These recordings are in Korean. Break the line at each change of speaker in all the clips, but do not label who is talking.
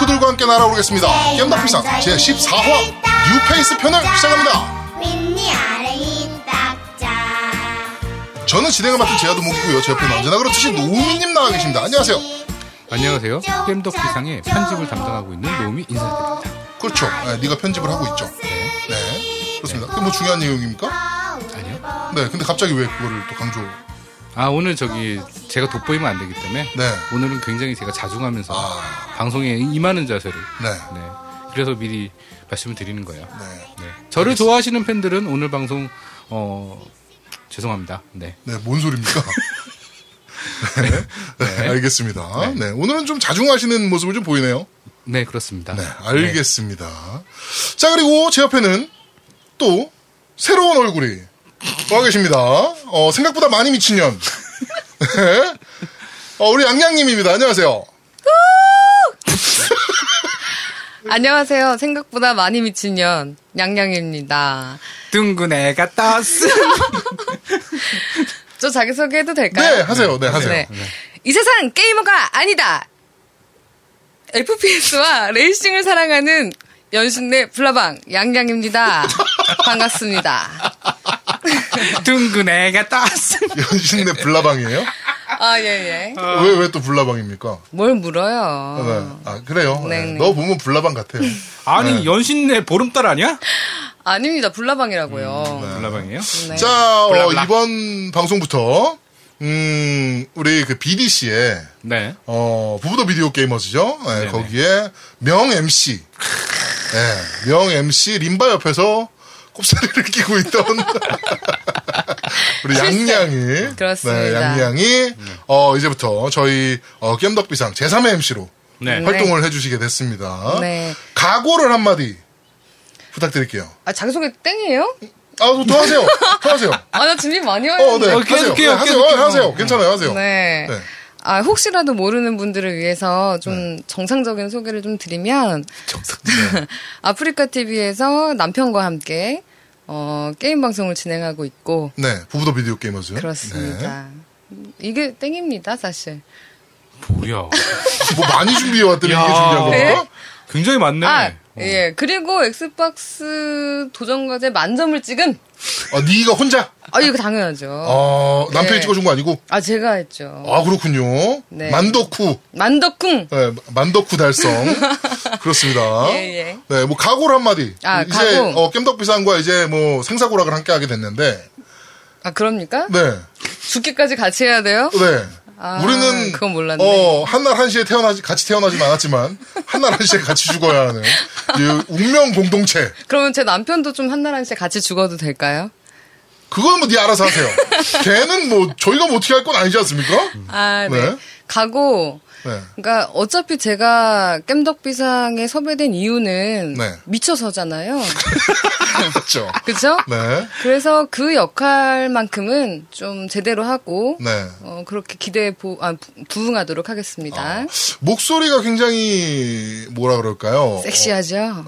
그들과 함께 날아오르겠습니다.
깻나
겜나필상 제14화 뉴페이스 편을 시작합니다.
윗니 아래니 딱자
저는 진행을 맡은 제아도목이고요. 제 옆에는 언제나 그렇듯이 노우미님 나와 계십니다. 안녕하세요.
안녕하세요. 겜덕 비상의 편집을 담당하고 있는 노미 인사드립니다.
그렇죠. 네, 네가 편집을 하고 있죠. 네. 그렇습니다. 그게 뭐 중요한 내용입니까?
아니요.
네. 근데 갑자기 왜 그거를 또 강조?
아 오늘 저기 제가 돋보이면 안 되기 때문에
네.
오늘은 굉장히 제가 자중하면서
아.
방송에 임하는 자세로
네.
네. 그래서 미리 말씀을 드리는 거예요.
네.
네. 저를 좋아하시는 팬들은 오늘 방송 어 죄송합니다. 네.
네. 뭔 소리입니까? 네. 네, 알겠습니다. 네. 오늘은 좀 자중하시는 모습을 좀 보이네요.
네, 그렇습니다.
네, 알겠습니다. 자, 그리고 제 옆에는 또 새로운 얼굴이 와 계십니다. 어, 생각보다 많이 미친년. 네. 어, 우리 양양님입니다. 안녕하세요.
안녕하세요. 생각보다 많이 미친년 양양입니다.
둥근 애가 떴어.
저 자기소개 해도 될까요?
네, 하세요. 네, 하세요.
네. 이 세상 게이머가 아니다. FPS와 레이싱을 사랑하는 연신내 블라방 양양입니다. 반갑습니다.
둥근 애가 떴어.
연신내 블라방이에요?
아 예예.
왜, 왜 또 블라방입니까?
뭘
네.
물어요?
아, 그래요?
어. 네,
네.
네.
너 보면 블라방 같아요.
아니
네.
연신내 보름달 아니야?
아닙니다. 블라방이라고요.
블라방이에요?
네.
음, 자, 어,
블라블라.
이번 방송부터, 음, 우리 그 BDC의,
네.
어, 부부더 비디오 게이머즈죠. 예,
네네.
거기에 명 MC. 예, 명 MC 림바 옆에서 꼽사리를 끼고 있던 우리 양양이.
그렇습니다.
네, 양양이, 어, 이제부터 저희, 어, 겜덕비상 제3의 MC로
네.
네.
활동을 해주시게 됐습니다.
네.
각오를 한마디 부탁드릴게요.
아 자기소개 땡이에요?
아, 또, 또 하세요. 또 하세요. 어,
아 나 준비 많이
네.
왔는데.
어,
하세요.
계속해요,
네, 하세요.
계속해요.
하세요. 괜찮아요. 하세요.
네.
네.
아, 혹시라도 모르는 분들을 위해서 좀 정상적인 소개를 좀 드리면
네.
아프리카 TV에서 남편과 함께 어, 게임 방송을 진행하고 있고
네, 부부더 비디오 게이머즈. 네.
그렇습니다. 이게 땡입니다, 사실.
뭐야?
네. 뭐 많이 준비해 왔더니 이게
야.
준비한 겁니까?
네?
굉장히 많네.
아,
어.
예. 그리고 엑스박스 도전 과제 만점을 찍은
아, 네가 혼자?
아, 이거 당연하죠.
어, 남편이
네.
찍어준 거 아니고?
아, 제가 했죠.
아, 그렇군요.
네.
만덕후.
만덕쿵.
네, 만덕후 달성. 그렇습니다.
예, 예.
네, 뭐, 각오를 한마디.
아,
이제,
각오.
어, 깸덕비상과 이제 뭐, 생사고락을 함께 하게 됐는데,
아, 그럽니까?
네,
죽기까지 같이 해야 돼요?
네.
아,
우리는,
그건 몰랐네.
어, 한날 한시에 태어나지, 같이 태어나진 않았지만, 한날 한시에 같이 죽어야 하는, 이 운명 공동체.
그러면 제 남편도 좀 한날 한씩 같이 죽어도 될까요?
그건 뭐, 니 알아서 하세요. 걔는 뭐, 저희가 뭐 어떻게 할 건 아니지 않습니까?
아, 네.
네.
가고,
네.
그러니까 어차피 제가 깸덕비상에 섭외된 이유는
네.
미쳐서잖아요.
그렇죠.
그죠?
네.
그래서 그 역할만큼은 좀 제대로 하고,
네.
어, 그렇게 기대에 보, 아, 부- 부응하도록
아.
하겠습니다.
목소리가 굉장히 뭐라 그럴까요?
섹시하죠?
어,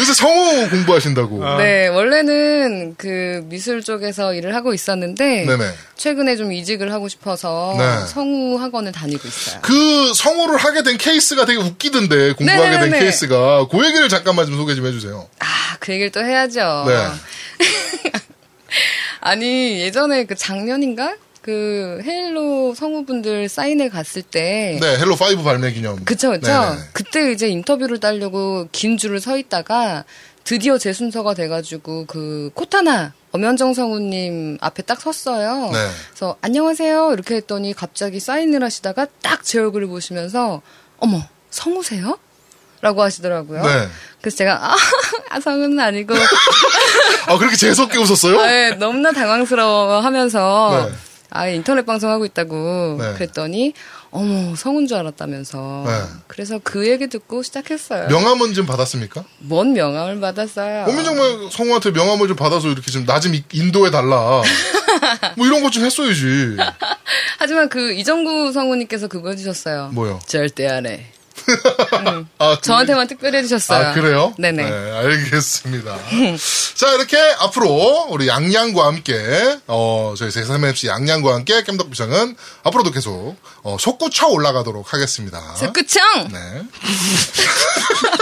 요새 성우 공부하신다고.
네, 원래는 그 미술 쪽에서 일을 하고 있었는데,
네네.
최근에 좀 이직을 하고 싶어서
네.
성우 학원을 다니고 있어요.
그 성우를 하게 된 케이스가 되게 웃기던데 공부하게 된
네네네네.
케이스가 그 얘기를 잠깐만 좀 소개 좀 해주세요.
아, 그 얘기를 또 해야죠.
네.
아니, 예전에 그 작년인가? 그 헤일로 성우분들 사인회 갔을 때.
네, 헬로 파이브 발매 기념.
그쵸, 그쵸.
네네네.
그때 이제 인터뷰를 따려고 긴 줄을 서 있다가 드디어 제 순서가 돼가지고 그 코타나 엄현정 성우님 앞에 딱 섰어요.
네.
그래서 안녕하세요. 이렇게 했더니 갑자기 사인을 하시다가 딱 제 얼굴을 보시면서 어머, 성우세요? 라고 하시더라고요.
네.
그래서 제가 아, 성우는 아니고
아 그렇게 재수없게 웃었어요?
아, 예, 너무나 당황스러워 하면서,
네.
아, 인터넷 방송하고 있다고
네.
그랬더니, 어머, 성운 줄 알았다면서.
네.
그래서 그 얘기 듣고 시작했어요.
명함은 좀 받았습니까?
뭔 명함을 받았어요.
고민정말 뭐 성우한테 명함을 좀 받아서 이렇게 좀 나 좀 인도해 달라. 뭐 이런 것 좀 했어야지.
하지만 그 이정구 성우님께서 그거 해주셨어요.
뭐요?
절대 안 해.
아, 그-
저한테만 특별히 해주셨어요.
아, 그래요?
네네.
네, 알겠습니다. 자, 이렇게 앞으로 우리 양양과 함께, 어, 저희 제3MC 양양과 함께 깸덕비상은 앞으로도 계속, 어, 솟구쳐 올라가도록 하겠습니다.
끝청!
네.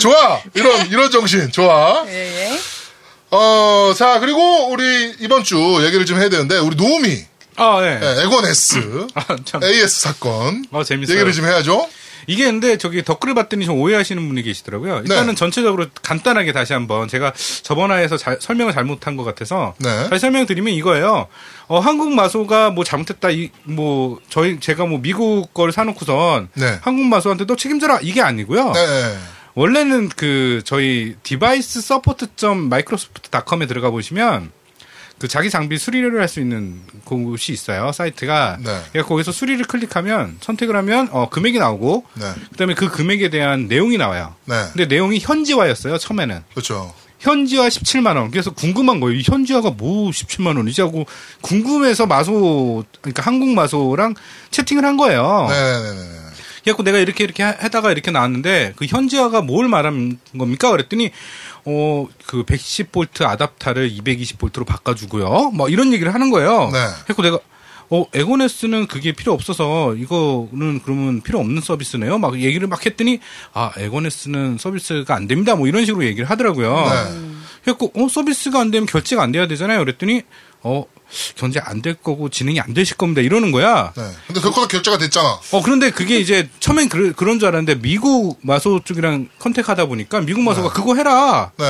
좋아! 이런, 이런 정신, 좋아.
예, 예.
어, 자, 그리고 우리 이번 주 얘기를 좀 해야 되는데, 우리 노우미,
아, 예.
네, 에곤 S,
아, 참.
AS 사건.
아, 재밌어요.
얘기를 좀 해야죠.
이게 근데 저기 댓글을 봤더니 좀 오해하시는 분이 계시더라고요. 일단은
네.
전체적으로 간단하게 다시 한번 제가 저번 화에서 자- 설명을 잘못한 것 같아서
네.
다시 설명드리면 이거예요. 어, 한국 마소가 뭐 잘못했다 이 뭐 저희 제가 뭐 미국 걸 사놓고선
네.
한국 마소한테도 책임져라 이게 아니고요.
네.
원래는 그 저희 디바이스 서포트 점 마이크로소프트닷컴에 들어가 보시면 그 자기 장비 수리를 할 수 있는 곳이 있어요 사이트가
네.
그러니까 거기서 수리를 클릭하면 선택을 하면 어, 금액이 나오고
네.
그다음에 그 금액에 대한 내용이 나와요.
네.
근데 내용이 현지화였어요 처음에는
그렇죠.
현지화 17만 원. 그래서 궁금한 거예요. 이 현지화가 뭐 17만 원이지 하고 궁금해서 마소 그러니까 한국 마소랑 채팅을 한 거예요.
네네네.
그래갖고 내가 이렇게 이렇게 하- 하다가 이렇게 나왔는데 그 현지화가 뭘 말한 겁니까? 그랬더니 어 그 110볼트 아답타를 220볼트로 바꿔주고요. 뭐 이런 얘기를 하는 거예요.
네.
그래갖고 내가 어 에고네스는 그게 필요 없어서 이거는 그러면 필요 없는 서비스네요. 막 얘기를 막 했더니 아 에고네스는 서비스가 안 됩니다. 뭐 이런 식으로 얘기를 하더라고요.
네.
그래갖고 어 서비스가 안 되면 결제가 안 돼야 되잖아요. 그랬더니 어 견제 안 될 거고 진행이 안 되실 겁니다. 이러는 거야.
네. 근데 그거다 결제가 됐잖아.
어 그런데 그게 이제 처음엔 그, 런줄 알았는데 미국 마소 쪽이랑 컨택하다 보니까 미국 마소가 그거 해라
네.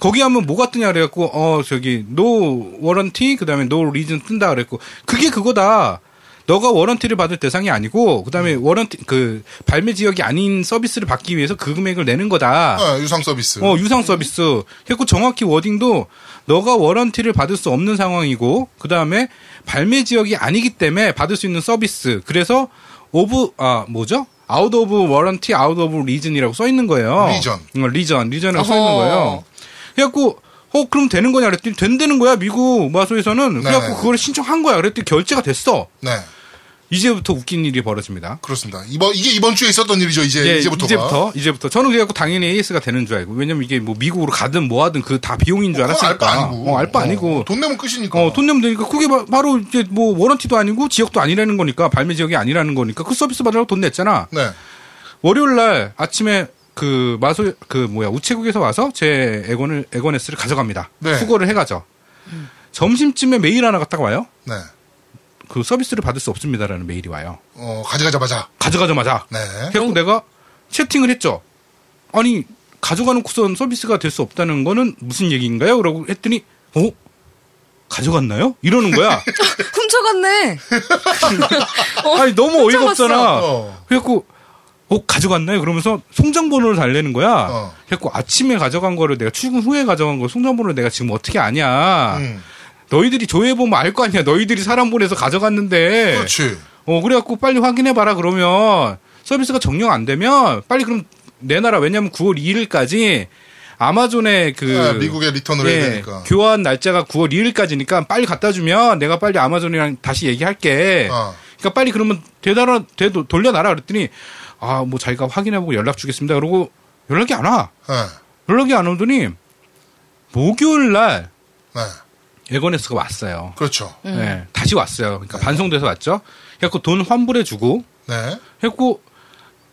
거기 하면 뭐가 뜨냐 그래갖고 어 저기 노 워런티 그다음에 노 리즌 뜬다 그랬고 그게 그거다 너가 워런티를 받을 대상이 아니고 그다음에 워런티 그 발매 지역이 아닌 서비스를 받기 위해서 그 금액을 내는 거다
네, 유상 서비스.
어, 유상 서비스. 했고 정확히 워딩도 너가 워런티를 받을 수 없는 상황이고 그다음에 발매 지역이 아니기 때문에 받을 수 있는 서비스. 그래서 오브 아, 뭐죠? 아웃 오브 워런티 아웃 오브 리즌이라고 써 있는 거예요.
리전.
어, 리전. 리전이라고 써 있는
어허.
거예요. 그래갖고 어 그럼 되는 거냐 그랬더니 된다는 거야 미국 마소에서는
네네.
그래갖고 그걸 신청한 거야 그랬더니 결제가 됐어
네.
이제부터 웃긴 일이 벌어집니다
그렇습니다. 이번 이게 이번 주에 있었던 일이죠. 그 이제
예,
이제부터가.
이제부터 이제부터. 저는 그래갖고 당연히 AS가 되는 줄 알고 왜냐면 이게 뭐 미국으로 가든 뭐 하든 그 다 비용인 줄
어, 그건
알았으니까
알바 아니고.
어, 알바 아니고
돈 내면 끝이니까.
어, 돈 내면 되니까 그게 바, 로 이제 뭐 워런티도 아니고 지역도 아니라는 거니까 발매 지역이 아니라는 거니까 그 서비스 받으려고 돈 냈잖아
네.
월요일 날 아침에 그 마소 그 뭐야 우체국에서 와서 제 에건을 에건에스를 가져갑니다
네.
수거를 해가죠 점심쯤에 메일 하나 갔다가 와요
네.
그 서비스를 받을 수 없습니다라는 메일이 와요
어, 가져가자마자.
가져가자마자
네.
그래서 내가 채팅을 했죠. 아니 가져가놓고선 서비스가 될 수 없다는 거는 무슨 얘기인가요? 라고 했더니 어 가져갔나요? 이러는 거야.
훔쳐갔네! 어,
아니 너무 어이가 없잖아.
어.
그래갖고 어 가져갔나요? 그러면서 송장번호를 달래는 거야.
어.
그래갖고 아침에 가져간 거를 내가 출근 후에 가져간 거 송장번호를 내가 지금 어떻게 아냐?
음.
너희들이 조회해 보면 알 거 아니야. 너희들이 사람 보내서 가져갔는데.
그렇지.
어, 그래갖고 빨리 확인해봐라, 그러면. 서비스가 정령 안 되면, 빨리 그럼 내놔라. 왜냐면 9월 2일까지 아마존의 그. 예,
네, 미국에 리턴을 해야 되니까.
교환 날짜가 9월 2일까지니까 빨리 갖다 주면 내가 빨리 아마존이랑 다시 얘기할게.
어.
그러니까 빨리 그러면 되달아, 되, 돌려놔라. 그랬더니, 아, 뭐 자기가 확인해보고 연락 주겠습니다. 그러고 연락이 안 와.
네.
연락이 안 오더니, 목요일 날,
네.
에건에스가 왔어요.
그렇죠.
네, 다시 왔어요. 그러니까
네.
반송돼서 왔죠. 그래갖고 돈 환불해주고,
네.
했고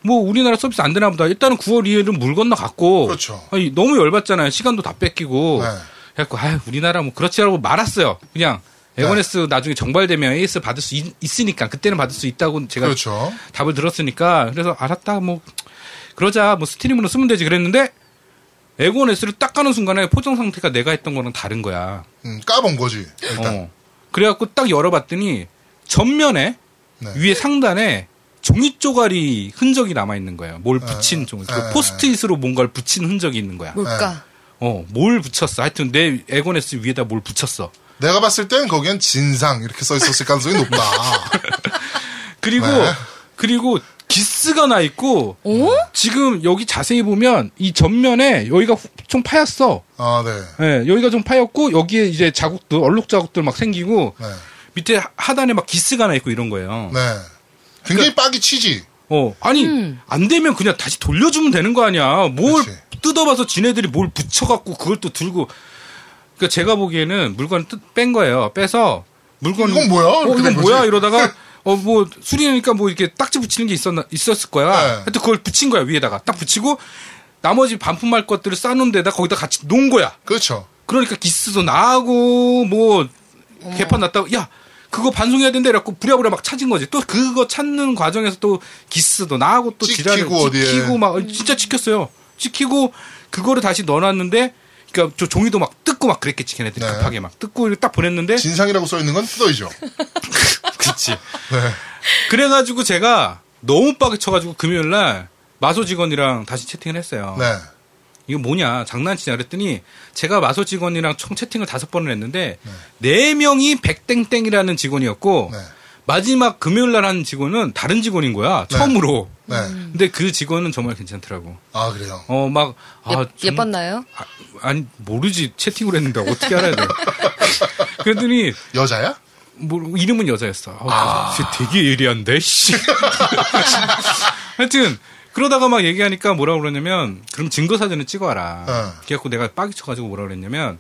뭐 우리나라 서비스 안 되나 보다. 일단은 9월 2일은 물 건너 갔고
그렇죠.
아니, 너무 열받잖아요. 시간도 다 뺏기고.
네.
그래갖고 아 우리나라 뭐 그렇지라고 말았어요. 그냥
네.
에고네스 나중에 정발되면 AS 받을 수 있, 있으니까 그때는 받을 수 있다고 제가
그렇죠.
답을 들었으니까 그래서 알았다 뭐 그러자 뭐 스트리밍으로 쓰면 되지 그랬는데 에고네스를 딱 가는 순간에 포장 상태가 내가 했던 거랑 다른 거야.
음, 까본 거지. 일단.
어. 그래갖고 딱 열어봤더니 전면에
네.
위에 상단에 종이 쪼가리 흔적이 남아 있는 거예요. 뭘 붙인
아,
종이
아, 아.
포스트잇으로 뭔가를 붙인 흔적이 있는 거야.
뭘까?
어, 뭘 붙였어? 하여튼 내 에고네스 위에다 뭘 붙였어.
내가 봤을 땐 거기엔 진상 이렇게 써 있었을 가능성이 높다.
그리고
네.
그리고 기스가 나 있고
오?
지금 여기 자세히 보면 이 전면에 여기가 후- 좀 파였어.
아, 네.
예, 여기가 좀 파였고 여기에 이제 자국들 얼룩 자국들 막 생기고
네.
밑에 하단에 막 기스가 나 있고 이런 거예요. 그
네. 굉장히 빡이 치지.
어, 아니, 안 되면 그냥 다시 돌려주면 되는 거 아니야. 뭘
그치.
뜯어봐서 지네들이 뭘 붙여갖고 그걸 또 들고. 그니까 제가 보기에는 물건을 뜯, 뺀 거예요. 빼서 물건.
이건 뭐야? 네.
어,
이렇게
이건
된 거지.
뭐야? 이러다가. 어, 뭐, 수리니까 뭐 이렇게 딱지 붙이는 게 있었나, 있었을 거야.
네.
하여튼 그걸 붙인 거야, 위에다가. 딱 붙이고, 나머지 반품할 것들을 싸놓은 데다 거기다 같이 놓은 거야.
그렇죠.
그러니까 기스도 나고 뭐 개판 났다고 야 그거 반송해야 된다 이래갖고 부랴부랴 막 찾은 거지 또 그거 찾는 과정에서 또 기스도 나고 또
찍히고
지랄을
어디에.
찍히고 막 어, 진짜 찍혔어요 찍히고 그거를 다시 넣어놨는데 그러니까 저 종이도 막 뜯고 막 그랬겠지 걔네들이
네.
급하게 막 뜯고 이렇게 딱 보냈는데
진상이라고 써 있는 건 뜯어이죠.
그치
네.
그래가지고 제가 너무 빡이 쳐가지고 금요일날 마소 직원이랑 다시 채팅을 했어요
네.
이거 뭐냐 장난치냐 그랬더니 제가 마소 직원이랑 총 채팅을 다섯 번을 했는데 네 명이 백땡땡이라는 직원이었고
네.
마지막 금요일 날 하는 직원은 다른 직원인 거야
네.
처음으로
네.
근데 그 직원은 정말 괜찮더라고
아, 그래요.
어 막
예,
아, 정-
예뻤나요?
아, 아니 모르지 채팅을 했는데 어떻게 알아야 돼 그랬더니
여자야?
뭐 이름은 여자였어. 아, 쟤 되게 예리한데. 씨. 하여튼 그러다가 막 얘기하니까 뭐라 그러냐면 그럼 증거 사진을 찍어와라.
어.
그래갖고 내가 빡이 쳐가지고 뭐라 그랬냐면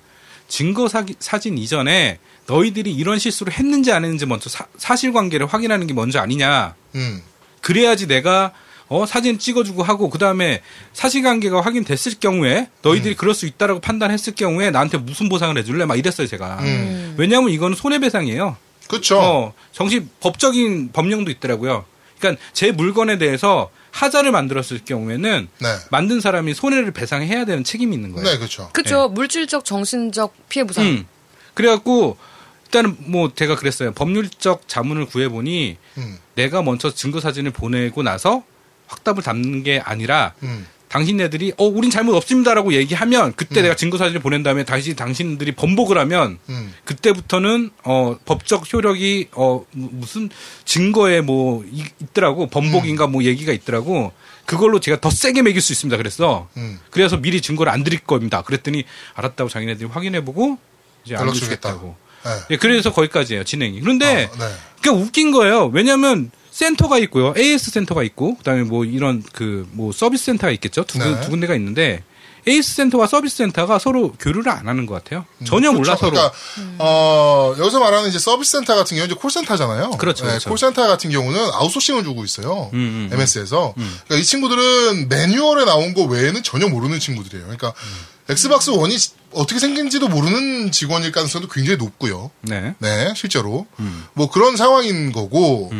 증거 사기- 사진 이전에 너희들이 이런 실수를 했는지 안 했는지 먼저 사, 실관계를 확인하는 게 먼저 아니냐.
음.
그래야지 내가 어 사진 찍어주고 하고 그 다음에 사실관계가 확인됐을 경우에 너희들이 그럴 수 있다라고 판단했을 경우에 나한테 무슨 보상을 해줄래 막 이랬어요 제가
음.
왜냐하면 이건 손해배상이에요
그렇죠.
어, 정식 법적인 법령도 있더라고요. 그러니까 제 물건에 대해서 하자를 만들었을 경우에는
네.
만든 사람이 손해를 배상해야 되는 책임이 있는 거예요.
네, 그렇죠.
그쵸. 물질적, 정신적 피해 보상.
음. 그래갖고 일단은 뭐 제가 그랬어요. 법률적 자문을 구해보니
음.
내가 먼저 증거 사진을 보내고 나서 확답을 담는 게 아니라
음.
당신네들이 어 우린 잘못 없습니다라고 얘기하면 그때 내가 증거 사진을 보낸 다음에 다시 당신들이 번복을 하면
음.
그때부터는 어 법적 효력이 어 무- 무슨 증거에 뭐 이- 있더라고 번복인가 뭐 얘기가 있더라고 그걸로 제가 더 세게 매길 수 있습니다 그랬어
음.
그래서 미리 증거를 안 드릴 겁니다 그랬더니 알았다고 자기네들이 확인해보고 이제 안
연락
주겠다고
주겠다.
예 그래서 거기까지예요 진행이 그런데
어, 네.
그러니까 웃긴 거예요. 왜냐하면 센터가 있고요, AS 센터가 있고 그다음에 뭐 이런 그 뭐 서비스 센터가 있겠죠. 두, 군-
네.
두 군데가 있는데 AS 센터와 서비스 센터가 서로 교류를 안 하는 것 같아요. 전혀 몰라
그렇죠.
서로.
그러니까 어, 여기서 말하는 이제 서비스 센터 같은 경우는 이제 콜센터잖아요.
그렇죠, 그렇죠.
콜센터 같은 경우는 아웃소싱을 주고 있어요.
음, 음,
MS에서. 그러니까 이 친구들은 매뉴얼에 나온 거 외에는 전혀 모르는 친구들이에요. 그러니까
음.
엑스박스 원이 어떻게 생긴지도 모르는 직원일 가능성도 굉장히 높고요.
네.
네, 실제로. 뭐 그런 상황인 거고.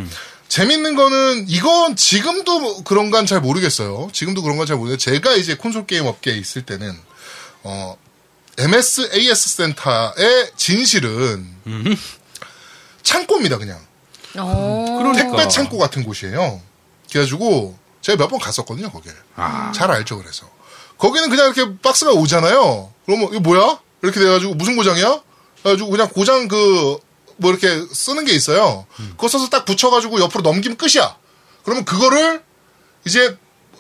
재밌는 거는 이건 지금도 뭐 그런 건 잘 모르겠어요. 지금도 그런 건 잘 모르겠어요. 제가 이제 콘솔 게임 업계에 있을 때는 어 MSAS 센터의 진실은 창고입니다, 그냥.
어.
그러니까.
택배 창고 같은 곳이에요. 그래가지고 제가 몇 번 갔었거든요, 거기를.
아.
잘 알죠, 그래서. 거기는 그냥 이렇게 박스가 오잖아요. 그러면 이거 뭐야? 이렇게 돼가지고 무슨 고장이야? 그래가지고 그냥 고장 그, 뭐 이렇게 쓰는 게 있어요. 그거 써서 딱 붙여가지고 옆으로 넘기면 끝이야. 그러면 그거를 이제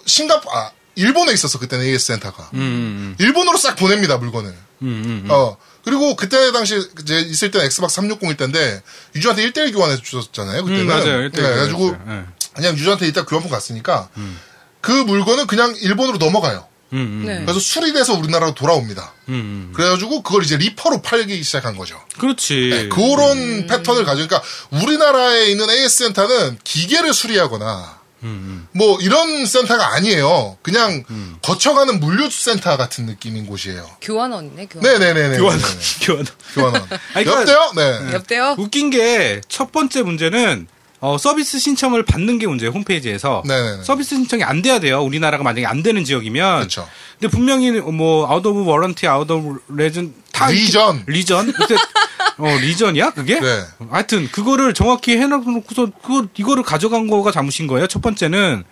싱가포, 아, 일본에 있었어, 그때는 AS 센터가.
음,
일본으로 싹 보냅니다, 물건을.
음, 음,
어. 그리고 그때 당시 이제 있을 때는 엑스박스 360일 때인데 유저한테 1대1 교환해서 주셨잖아요.
음,
그때는.
음, 맞아요. 이때
네, 그래가지고
그랬어요. 음. 네.
그냥 유저한테 이따 교환품 갔으니까 그 물건은 그냥 일본으로 넘어가요.
음, 음,
네.
그래서 수리돼서 우리나라로 돌아옵니다.
음, 음.
그래가지고 그걸 이제 리퍼로 팔기 시작한 거죠.
그렇지.
네, 그런
음.
패턴을 가지고 그러니까 우리나라에 있는 AS 센터는 기계를 수리하거나
음,
뭐 이런 센터가 아니에요. 그냥 거쳐가는 물류 센터 같은 느낌인 곳이에요.
교환원이네, 교환.
네네네네.
음. 교환,
네, 네.
교환.
교환원.
그러니까-
옆대요? 네.
옆대요?
웃긴 게 첫 번째 문제는 어, 서비스 신청을 받는 게 문제예요 홈페이지에서
네네네.
서비스 신청이 안 돼야 돼요 우리나라가 만약에 안 되는 지역이면
그쵸.
근데 분명히 뭐 아웃 오브 워런티 아웃 오브 레전 다 이렇게-
리전.
리전 근데 어 리전이야 그게
네.
하여튼 그거를 정확히 해놓고서 그 이거를 가져간 거가 잘못인 거예요 첫 번째는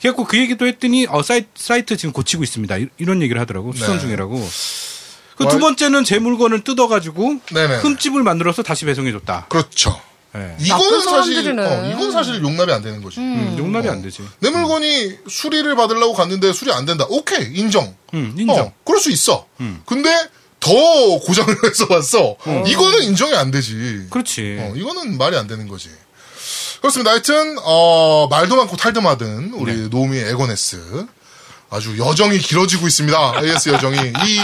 그래갖고 그 얘기도 했더니 어 사이트, 사이트 지금 고치고 있습니다 이- 이런 얘기를 하더라고 수선
네.
중이라고 그
월-
두 번째는 제 물건을 뜯어가지고
네네.
흠집을 만들어서 다시 배송해줬다.
그렇죠.
예.
이거는
나쁜
사실,
사람들이네.
어, 이건 사실 용납이 안 되는 거지.
음, 용납이
어.
안 되지.
내 물건이 수리를 받으려고 갔는데 수리 안 된다. 오케이, 인정.
음, 인정. 음.
어, 그럴 수 있어. 근데 더 고장을
어.
해서 왔어. 이거는 인정이 안 되지.
그렇지.
어, 이거는 말이 안 되는 거지. 그렇습니다. 하여튼 어, 말도 많고 탈도 많은 우리
네.
노미의 에고네스 아주 여정이 길어지고 있습니다. AS 여정이 이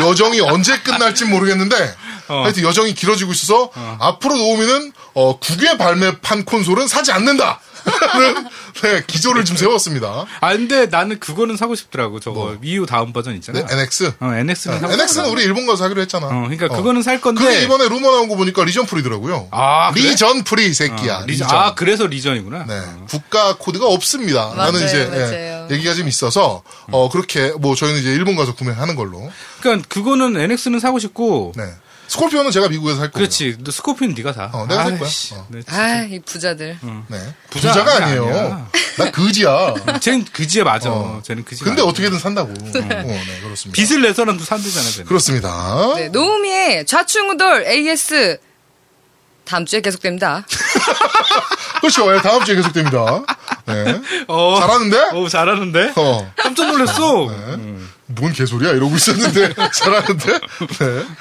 여정이 언제 끝날지 모르겠는데
어.
하여튼 여정이 길어지고 있어서 앞으로 노미는 어, 국외 발매판 콘솔은 사지 않는다. 라는, 네, 기조를 좀 세웠습니다.
아 근데 나는 그거는 사고 싶더라고 저거 위유 다음 버전
네,
있잖아.
NX.
어, NX는 사고
NX는
싶더라고.
우리 일본 가서 사기로 했잖아.
어, 그러니까 그거는 살 건데.
그게 이번에 루머 나온 거 보니까 리전 프리더라고요.
아, 그래?
리전 프리 새끼야.
아,
리전.
리전. 아 그래서 리전이구나.
네. 국가 코드가 없습니다. 나는
맞아요,
이제
맞아요.
예, 얘기가 좀 있어서 어
음.
그렇게 뭐 저희는 이제 일본 가서 구매하는 걸로.
그러니까 그거는 NX는 사고 싶고.
네. 스콜피오는 제가 미국에서 살 거예요.
그렇지. 너 스코피는 네가 사.
어, 내가 살 거야.
아이씨,
어.
네.
아 이 부자들.
네.
부자
부자, 가
아니야,
아니에요.
아니야.
나 그지야.
쟤는 그지에 맞아.
어.
쟤는 그지.
근데
맞아.
어떻게든 산다고. 어, 네, 그렇습니다.
빚을 내 사람도 산대잖아. 쟤는.
그렇습니다.
네, 노우미의 좌충우돌 AS 다음 주에 계속됩니다.
그렇죠. 예, 다음 주에 계속됩니다. 네.
어.
잘하는데?
어, 잘하는데.
어. 음.
깜짝 놀랐어.
뭔 개소리야 이러고 있었는데 잘하는데 네.
음.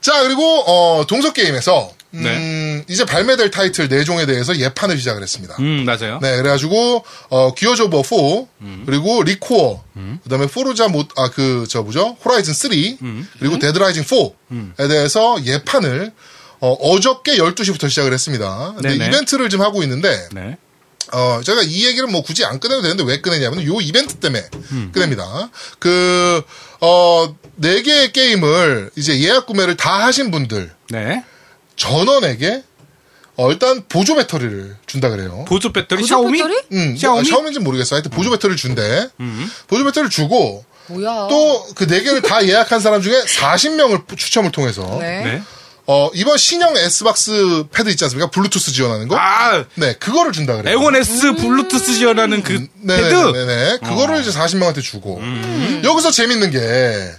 자 그리고 어, 동서 게임에서
네.
음, 이제 발매될 타이틀 4종에 대해서 예판을 시작을 했습니다
음 맞아요.
네 그래가지고 어, 기어즈 오브 4
음.
그리고 리코어 그다음에 포르자 못아그 저 뭐죠 호라이즌 3
음.
그리고 데드라이징 4에 대해서 예판을 어, 저께 12시부터 시작을 했습니다 근데
네네.
이벤트를 지금 하고 있는데
네.
어, 제가 이 얘기를 뭐 굳이 안 꺼내도 되는데 왜 꺼내냐면 요 이벤트 때문에
음.
꺼냅니다. 그, 어, 네 개의 게임을 이제 예약 구매를 다 하신 분들
네.
전원에게 어, 일단 보조 배터리를 준다 그래요.
보조 배터리
보조
샤오미?
배터리?
음, 뭐, 아,
샤오미?
샤오미인지는 모르겠어. 하여튼 보조 배터리를 준대.
음.
보조 배터리를 주고
뭐야?
또 그 네 개를 다 예약한 사람 중에 40명을 추첨을 통해서
네.
네.
어, 이번 신형 S박스 패드 있지 않습니까? 블루투스 지원하는 거?
아
네, 그거를 준다 그래요.
에곤 S 블루투스 지원하는 그 패드.
음. 네네네. 그거를 이제 40명한테 주고. 여기서 재밌는 게,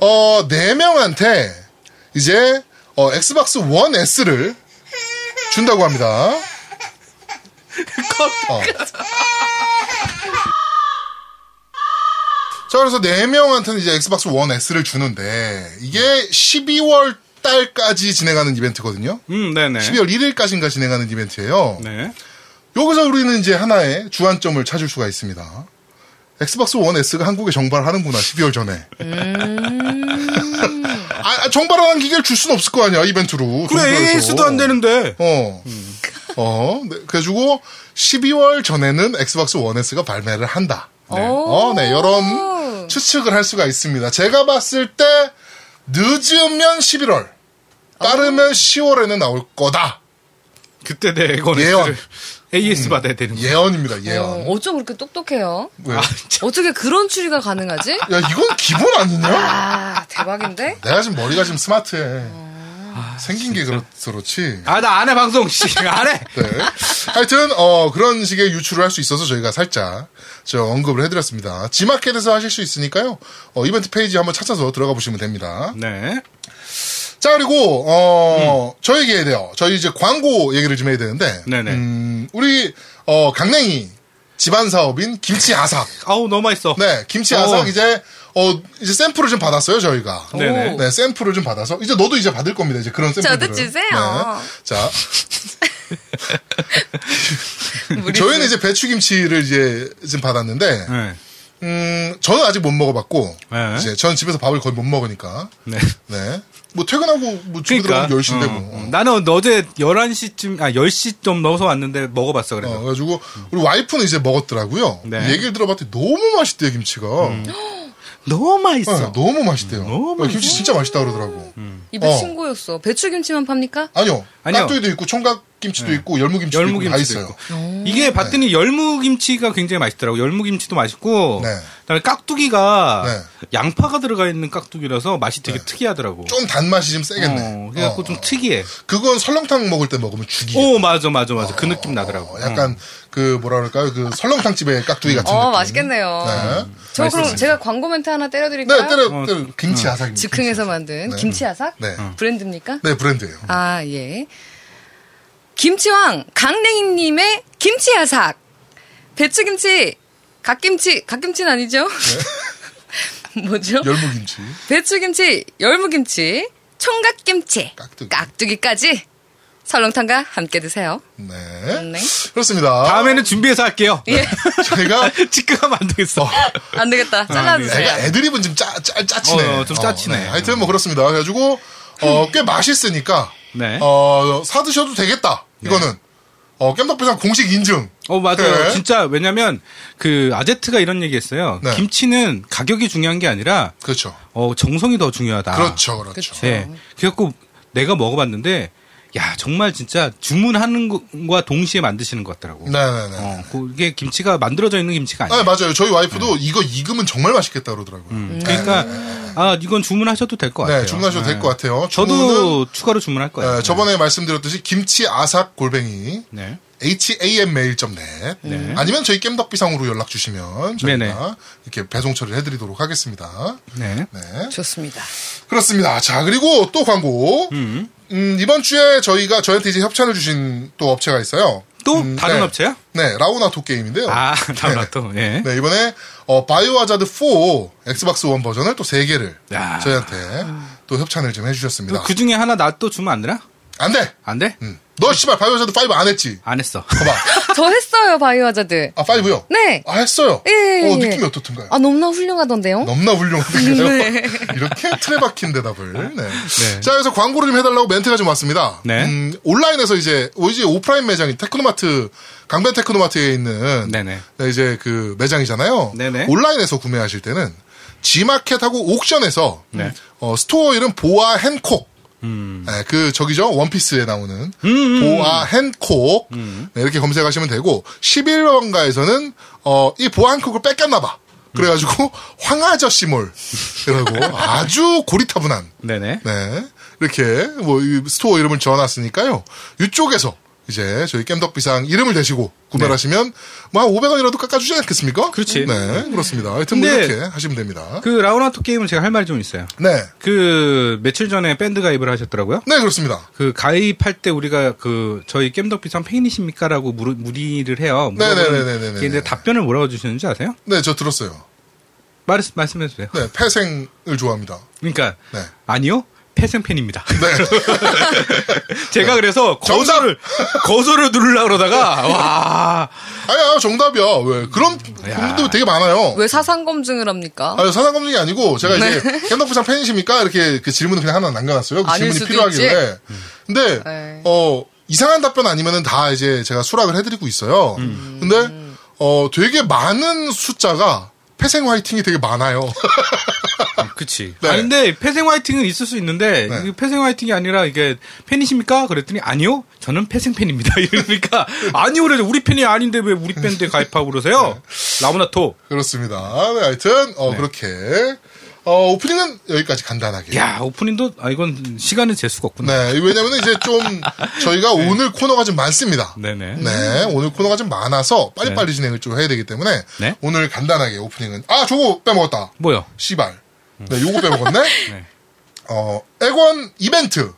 어, 4명한테 이제, 어, 엑스박스 1 S를 준다고 합니다. 어. 자, 그래서 4명한테는 이제 엑스박스 1 S를 주는데, 이게 12월 달까지 진행하는 이벤트거든요.
음 네네.
12월 1일까지인가 진행하는 이벤트예요.
네.
여기서 우리는 이제 하나의 주안점을 찾을 수가 있습니다. 엑스박스 원 S가 한국에 정발하는구나 12월 전에. 아, 아, 정발하는 기계를 줄 수는 없을 거 아니야 이벤트로.
그래
정부에서.
AS도 안 되는데.
어. 어. 네, 그래가지고 12월 전에는 엑스박스 원 S가 발매를 한다. 어, 네, 여러 추측을 할 수가 있습니다. 제가 봤을 때 늦으면 11월, 빠르면 10월에는 나올 거다.
그때 내 에곤
예언. 음.
S를 AS 받아야 되는 거야.
예언입니다. 예언.
어, 어쩜 그렇게 똑똑해요?
아,
왜요?
어떻게 그런 추리가 가능하지?
야, 이건 기본 아, 아니냐?
아 대박인데?
내가 지금 머리가 지금 스마트해. 생긴 게 그렇, 그렇지.
아 나 안 해 방송. 씨, 안 해.
네. 하여튼 어 그런 식의 유출을 할 수 있어서 저희가 살짝 저 언급을 해드렸습니다. 지마켓에서 하실 수 있으니까요. 어, 이벤트 페이지 한번 찾아서 들어가 보시면 됩니다.
네.
자 그리고 어 저희 얘기해야 돼요. 저희 이제 광고 얘기를 좀 해야 되는데.
네네.
음, 우리 어 강냉이 집안 사업인 김치 아삭.
아우 너무 맛있어.
네, 김치
어.
아삭 이제 어 이제 샘플을 좀 받았어요 저희가.
네네.
네, 샘플을 좀 받아서 이제 너도 이제 받을 겁니다. 이제 그런 샘플들을. 네.
저도 주세요.
자,
우리
저희는 이제 배추김치를 이제 지금 받았는데,
네.
음, 저는 아직 못 먹어봤고,
네.
이제 저는 집에서 밥을 거의 못 먹으니까,
네.
네, 뭐 퇴근하고 뭐 집에
그러니까
들어가면 1 0시인데
어,
뭐.
어. 나는 어제 11시쯤 아 10시 좀 넘어서 왔는데 먹어봤어 그래서.
어, 그래가지고 우리 와이프는 이제 먹었더라고요.
네.
얘기를 들어봤더니 너무 맛있대요 김치가.
너무 맛있어.
네, 너무 맛있대요.
너무 음.
야, 김치 진짜 맛있다 그러더라고.
입에
어.
신고였어. 배추김치만 팝니까?
아니요,
아니요. 네.
깍두기도 있고 총각 김치도 있고 열무 김치도 있고 다
열무김치도
있어요. 네.
있고. 이게 봤더니 열무김치가 굉장히 맛있더라고. 열무김치도 맛있고,
네.
그다음에 깍두기가
네.
양파가 들어가 있는 깍두기라서 맛이 되게 특이하더라고.
좀 단맛이 좀 세겠네.
어, 그래갖고
어,
좀
어.
특이해.
그건 설렁탕 먹을 때 먹으면 죽이겠다.
오, 음. 맞아, 맞아, 맞아. 그 느낌 나더라고.
어, 약간 그 뭐라 그럴까요? 그 설렁탕 집의 깍두기 같은
어
느낌.
맛있겠네요.
네.
음.
저 그럼
맛있었습니다.
제가 광고 멘트 하나 때려드릴까요?
네,
어,
때려 때려 김치
음.
아삭입니다.
즉흥에서 만든 김치 아삭
네. 어.
브랜드입니까?
네, 브랜드예요.
아, 예. 김치왕 강냉이님의 김치 아삭. 배추김치, 갓김치, 갓김치는 아니죠? 뭐죠?
네. 열무김치.
배추김치, 열무김치, 총각김치,
깍두기.
깍두기까지 설렁탕과 함께 드세요.
네.
네.
그렇습니다.
다음에는 준비해서 할게요.
네.
예.
제가
직급하면 안 되겠어.
안
아,
되겠다. 잘라주세요.
애가 애드립은 좀 짜, 짜, 짜치네.
네. 어, 좀 짜치네. 음.
네. 하여튼 뭐 그렇습니다. 그래가지고, 어, 꽤 맛있으니까,
네.
어, 사드셔도 되겠다. 이거는. 어, 깸덕비상 공식 인증.
어 맞아요.
네.
진짜 왜냐면 그 아제트가 이런 얘기했어요.
네.
김치는 가격이 중요한 게 아니라
그렇죠.
어 정성이 더 중요하다.
그렇죠, 그렇죠.
그쵸.
네. 그래갖고 내가 먹어봤는데 야 정말 진짜 주문하는 것과 동시에 만드시는 것 같더라고.
네네네.
어 그게 김치가 만들어져 있는 김치가
아,
아니야.
맞아요. 저희 와이프도
네.
이거 익으면 정말 맛있겠다 그러더라고요.
그러니까 아 이건 주문하셔도 될 것 같아요.
네, 주문하셔도 될 것 같아요. 주문은,
음. 저도 추가로 주문할 거예요.
네, 저번에 말씀드렸듯이 김치 아삭 골뱅이
네.
hamail.net
네.
아니면 저희 깸덕비상으로 연락 주시면 저희가
네네.
이렇게 배송 처리를 해드리도록 하겠습니다.
네.
네.
좋습니다.
그렇습니다. 자, 그리고 또 광고. 음. 이번 주에 저희가 저한테 이제 협찬을 주신 또 업체가 있어요.
또
음,
다른
네.
업체야?
네, 라우나토 게임인데요.
아 다른 또 예.
네, 이번에 어, 바이오하자드 4 엑스박스 원 버전을 또 세 개를
야.
저희한테 또 협찬을 좀 해주셨습니다.
그 중에 하나 나 또 주면 안 되나?
안 돼.
안 돼?
음. 너 씨발 바이오하자드 5 안 했지.
안 했어.
봐봐.
저 했어요, 바이오하자드.
아 5요.
네.
아 했어요.
예, 예,
어,
예.
느낌이 어떻든가요?
아, 너무나 훌륭하던데요?
넘나 훌륭한데요.
네.
이렇게 틀에 박힌 대답을. 네. 자, 그래서 광고를 좀 해달라고 멘트가 좀 왔습니다.
네.
음, 온라인에서 이제 오지 오프라인 매장인 테크노마트 강변 테크노마트에 있는
네네.
네, 이제 그 매장이잖아요.
네네.
온라인에서 구매하실 때는 G마켓하고 옥션에서
네. 음.
어, 스토어 이름 보아 헨콕. 네, 그 저기죠 원피스에 나오는 보아 헨콕
음.
네, 이렇게 검색하시면 되고 11번가에서는 어, 이 보아 헨콕을 뺏겼나봐
음.
그래가지고 황아저씨몰이라고 아주 고리타분한
네네.
네. 이렇게 뭐이 스토어 이름을 지어놨으니까요. 이쪽에서 이제 저희 겜덕비상 이름을 대시고 구매를 하시면 뭐 한 500원이라도 깎아주지 않겠습니까?
네. 그렇지.
네, 그렇습니다. 하여튼 뭐
근데
이렇게 하시면 됩니다.
그 라우나토 게임은 제가 할 말이 좀 있어요.
네.
그 며칠 전에 밴드 가입을 하셨더라고요.
네, 그렇습니다.
그 가입할 때 우리가 그 저희 겜덕비상 팬이십니까라고 물, 문의를 해요.
네네네네네네.
근데 답변을 뭐라고 주시는지 아세요?
네, 저 들었어요.
말 말씀해 주세요.
네, 폐생을 좋아합니다.
그러니까
네.
아니요. 폐생 팬입니다.
네.
제가 그래서 거소를 거소를 누르려 그러다가 와
아야, 정답이야. 왜? 그런
음,
분도 되게 많아요.
왜 사상 검증을 합니까?
아, 사상 검증이 아니고 제가 이제 겜덕부상 팬이십니까? 이렇게 그 질문을 그냥 하나 남겨놨어요. 그
네. 아닐
질문이
수도
필요하길래. 음. 근데
네.
어 이상한 답변 아니면은 다 이제 제가 수락을 해드리고 있어요.
음.
근데 어 되게 많은 숫자가 폐생 화이팅이 되게 많아요.
그치.
네.
아 근데 폐생 화이팅은 있을 수 있는데
네.
이게 폐생 화이팅이 아니라 이게 팬이십니까? 그랬더니 아니요. 저는 폐생 팬입니다. 이러니까 아니요. 그래서 우리 팬이 아닌데 왜 우리 밴드에 가입하고 그러세요?
네.
라우나토.
그렇습니다. 네, 하여튼 어 그렇게 어 오프닝은 여기까지 간단하게.
야 오프닝도 아 이건 시간의 재수가 없구나.
네, 왜냐면 이제 좀 저희가
네.
오늘 코너가 좀 많습니다.
네네.
네, 오늘 코너가 좀 많아서 빨리빨리 진행을 좀 해야 되기 때문에
음. 네.
오늘 간단하게 오프닝은 아 저거 빼먹었다.
뭐요?
씨발. 네, 요거 빼먹었네.
음. 네.
어, 액원 이벤트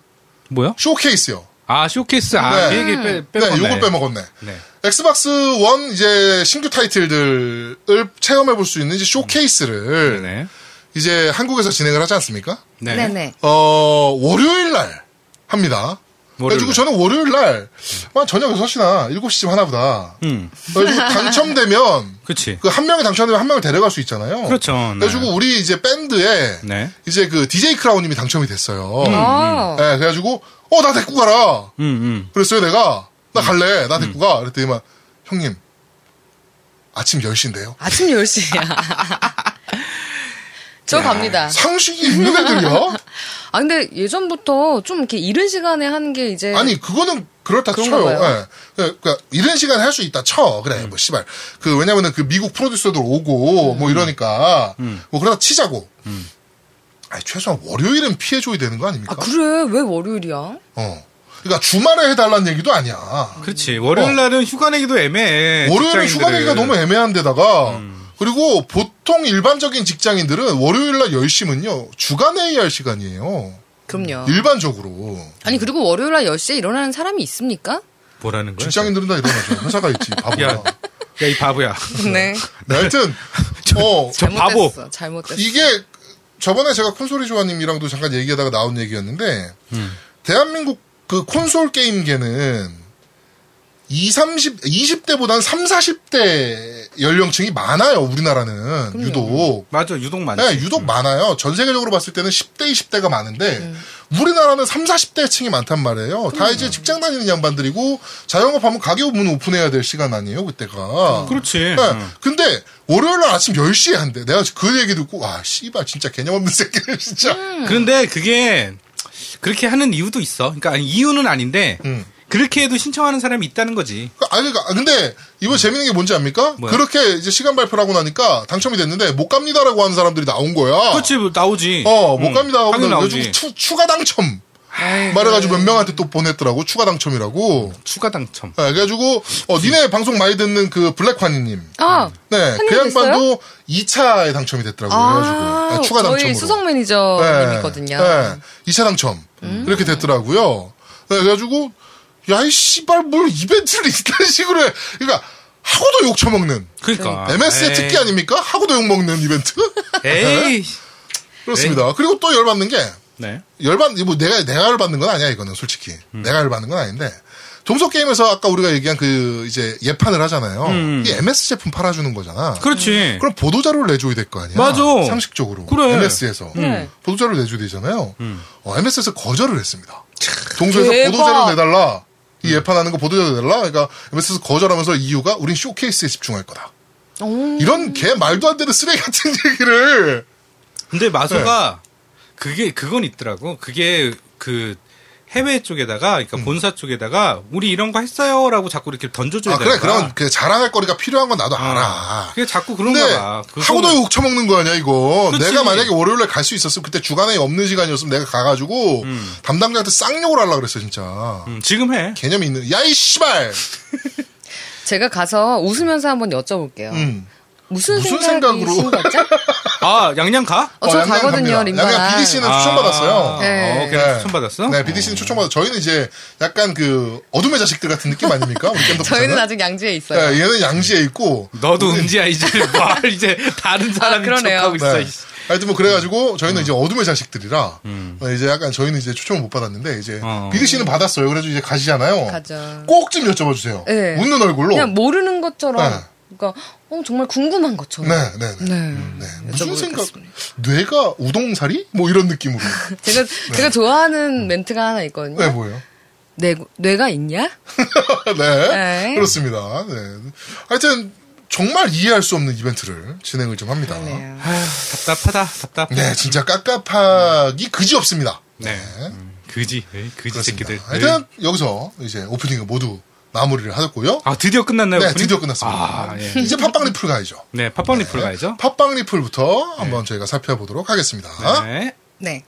뭐요?
쇼케이스요.
아 쇼케이스
네.
아그 얘기 빼
네,
빼먹었네.
요걸 빼먹었네.
네.
엑스박스 원 이제 신규 타이틀들을 체험해 볼 수 있는 이제 쇼케이스를
음. 네네.
이제 한국에서 진행을 하지 않습니까?
네.
네네.
어, 월요일 날 합니다.
월요일
그래가지고
날.
저는 월요일 날, 한 저녁 6시나 7시쯤 하나보다.
음.
그래가지고 당첨되면,
그치.
그 한 명이 당첨되면 한 명을 데려갈 수 있잖아요.
그렇죠. 네.
그래가지고 우리 이제 밴드에,
네.
이제 그 DJ 크라운님이 당첨이 됐어요.
아,
네, 그래가지고, 어, 나 데리고 가라.
음 음.
그랬어요, 내가. 나 갈래. 나 데리고 가. 그랬더니 막, 형님, 아침 10시인데요.
아침 10시야. 저 갑니다.
상식이 있는 애들이야?
아, 근데 예전부터 좀 이렇게 이른 시간에 하는 게 이제.
아니 그거는 그렇다
네. 그런가
쳐요.
봐요.
예. 예, 그러니까 이런 시간에 할 수 있다 쳐. 그래 뭐 씨발 그 왜냐면은 그 미국 프로듀서들 오고 뭐 이러니까 뭐 그러다 치자고. 아니, 최소한 월요일은 피해줘야 되는 거 아닙니까?
아, 그래. 왜 월요일이야?
어. 그러니까 주말에 해달라는 얘기도 아니야.
그렇지. 월요일 날은 휴가 내기도 애매해.
어. 월요일은
네, 직장인들은.
휴가 내기가 너무 애매한데다가
음.
그리고 보통 일반적인 직장인들은 월요일 날 10시면요 주간 회의할 시간이에요.
아.
그럼요.
음. 일반적으로
아니, 그리고 월요일 날 10시에 일어나는 사람이 있습니까?
뭐라는 거야?
직장인들은 다 일어나죠. 회사가 있지 바보야.
야. 야 이 바보야.
네.
네, 하여튼 어,
저 바보.
잘못됐어. 잘못됐어.
이게 저번에 제가 콘솔이 조아님이랑도 잠깐 얘기하다가 나온 얘기였는데 대한민국 그 콘솔 게임계는 20, 30, 20대보단 30, 40대 연령층이 많아요, 우리나라는. 유독.
맞아, 유독 많지.
네, 유독 많아요. 전 세계적으로 봤을 때는 10대, 20대가 많은데, 우리나라는 30, 40대 층이 많단 말이에요. 다 이제 직장 다니는 양반들이고, 자영업하면 가게 문 오픈해야 될 시간 아니에요, 그때가.
그렇지.
네,
응.
근데, 월요일 날 아침 10시에 한대. 내가 그 얘기 듣고, 와, 씨발, 진짜 개념 없는 새끼들, 진짜.
그런데 그게 그렇게 하는 이유도 있어. 그러니까 아니, 이유는 아닌데
음.
그렇게 해도 신청하는 사람이 있다는 거지.
그, 아니, 그, 근데, 이거 재밌는 게 뭔지 압니까?
음. 뭐야?
그렇게 이제 시간 발표를 하고 나니까 당첨이 됐는데, 못 갑니다라고 하는 사람들이 나온 거야.
그렇지 뭐 나오지.
어, 못
응,
갑니다 하고
당연히
나서
나오지.
요즘 추, 추가 당첨.
아이고.
말해가지고 몇 명한테 또 보냈더라고. 추가 당첨이라고.
추가 당첨.
네, 그래가지고, 어, 니네 방송 많이 듣는 그 블랙환이님.
아,
네, 그
환희님 됐어요?
양반도 2차에 당첨이 됐더라고요. 그래가지고. 아, 추가 당첨으로.
저희 수석 매니저님이거든요.
네, 2차 당첨. 그렇게 됐더라고요. 네, 그래가지고, 야, 이 씨발, 뭘 이벤트를 이딴 식으로 해. 그러니까, 하고도 욕 처먹는.
그러니까.
MS의
에이.
특기 아닙니까? 하고도 욕먹는 이벤트?
에이.
그렇습니다. 그리고 또 열받는 게,
네.
열받, 뭐 내가, 내가 열받는 건 아니야, 이거는 솔직히. 내가 열받는 건 아닌데. 동서게임에서 아까 우리가 얘기한 그, 이제, 예판을 하잖아요. 이 MS 제품 팔아주는 거잖아.
그렇지.
그럼 보도자료를 내줘야 될 거 아니야?
예. 맞아.
상식적으로.
그래. 음.
MS에서.
네.
보도자료를 내줘야 되잖아요. 어, MS에서 거절을 했습니다. 동서에서
대박.
보도자료 내달라. 이 예판하는 거 보도자료 내달라. 그러니까 MS에서 거절하면서 이유가 우린 쇼케이스에 집중할 거다.
오.
이런 개 말도 안 되는 쓰레기 같은 얘기를.
근데 마소가
네.
그게 그건 있더라고. 그게 그 해외 쪽에다가 그러니까
음.
본사 쪽에다가 우리 이런 거 했어요라고 자꾸 이렇게 던져줘야
아, 그래.
되는 거야.
그럼 그 자랑할 거리가 필요한 건 나도 알아.
그러니까. 그게 자꾸
근데
그런가 봐. 그거- 뭐.
하고도 욕 처먹는 거 아니야 이거.
그치.
내가 만약에 월요일날 갈 수 있었으면 그때 주간에 없는 시간이었으면 내가 가가지고 담당자한테 쌍욕을 하려 그랬어 진짜.
음, 지금 해.
개념이 있는. 야이 씨발.
제가 가서 웃으면서 한번 여쭤볼게요.
음.
무슨,
무슨
생각이
생각으로?
있으신 거죠?
아 양양 가?
어, 저
양양 갑니다.
가거든요,
양양
림바랑.
BD 씨는
아.
추천받았어요.
네.
어, 그냥 추천받았어?
네, BD 씨는 추천받아. 저희는 이제 약간 그 어둠의 자식들 같은 느낌 아닙니까? 우리 겜덕
저희는
부서는?
아직 양주에 있어요.
네, 얘는 양지에 있고. 네.
너도 음지야 이제 말 이제 다른 사람인
아, 그러네요.
척하고 있어. 음.
네.
이씨.
하여튼 뭐 그래가지고 저희는 이제 어둠의 자식들이라 어, 이제 약간 저희는 이제 추천을 못 받았는데 이제
음. 어.
비디 씨는 받았어요. 그래서 이제 가시잖아요.
가죠.
꼭 좀 여쭤봐 주세요.
네.
웃는 얼굴로.
그냥 모르는 것처럼,
네.
그러니까 어, 정말 궁금한 것처럼.
네, 네, 네.
네.
네. 무슨 생각?
여쭤보겠습니다.
뇌가 우동살이? 뭐 이런 느낌으로.
제가 제가 좋아하는 멘트가 하나 있거든요.
네, 뭐예요?
뇌, 뇌가 있냐?
네.
네.
그렇습니다. 네. 하여튼 정말 이해할 수 없는 이벤트를 진행을 좀 합니다.
그러네요.
아휴, 답답하다. 답답.
네, 진짜 깝깝하기 그지 없습니다.
네. 음, 그지. 에이, 그지
그렇습니다.
새끼들. 네.
하여튼
에이.
여기서 이제 오프닝을 모두 마무리를 하셨고요.
아 드디어 끝났나요?
네,
오프닝?
드디어 끝났습니다.
아, 예.
이제 팟빵 리플 가야죠.
네, 팝빵 리플 가야죠.
팟빵 리플부터 한번 저희가 살펴보도록 하겠습니다.
네.
네.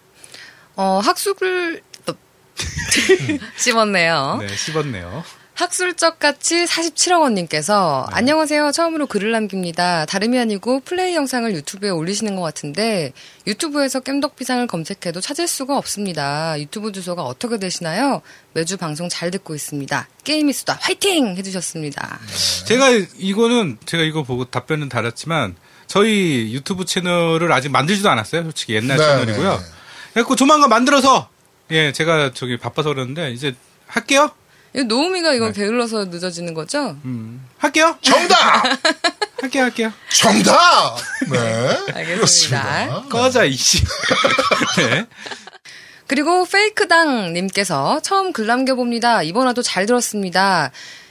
어, 학술을 또 음. 씹었네요.
네, 씹었네요.
학술적 가치 47억 원님께서 안녕하세요. 처음으로 글을 남깁니다. 다름이 아니고 플레이 영상을 유튜브에 올리시는 것 같은데 유튜브에서 깸덕비상을 검색해도 찾을 수가 없습니다. 유튜브 주소가 어떻게 되시나요? 매주 방송 잘 듣고 있습니다. 게임이 수다 화이팅 해주셨습니다.
제가 이거는 제가 이거 보고 답변은 달았지만 저희 유튜브 채널을 아직 만들지도 않았어요. 솔직히 옛날
네,
채널이고요.
네, 네.
그래서 조만간 만들어서 예, 제가 저기 바빠서 그러는데 이제 할게요.
이거 노우미가 이거 게을러서 늦어지는 거죠?
할게요.
정답!
할게요, 할게요.
정답! 네.
알겠습니다.
꺼져 이씨. 네.
그리고 페이크당님께서 처음 글 남겨봅니다. 이번 화도 잘 들었습니다.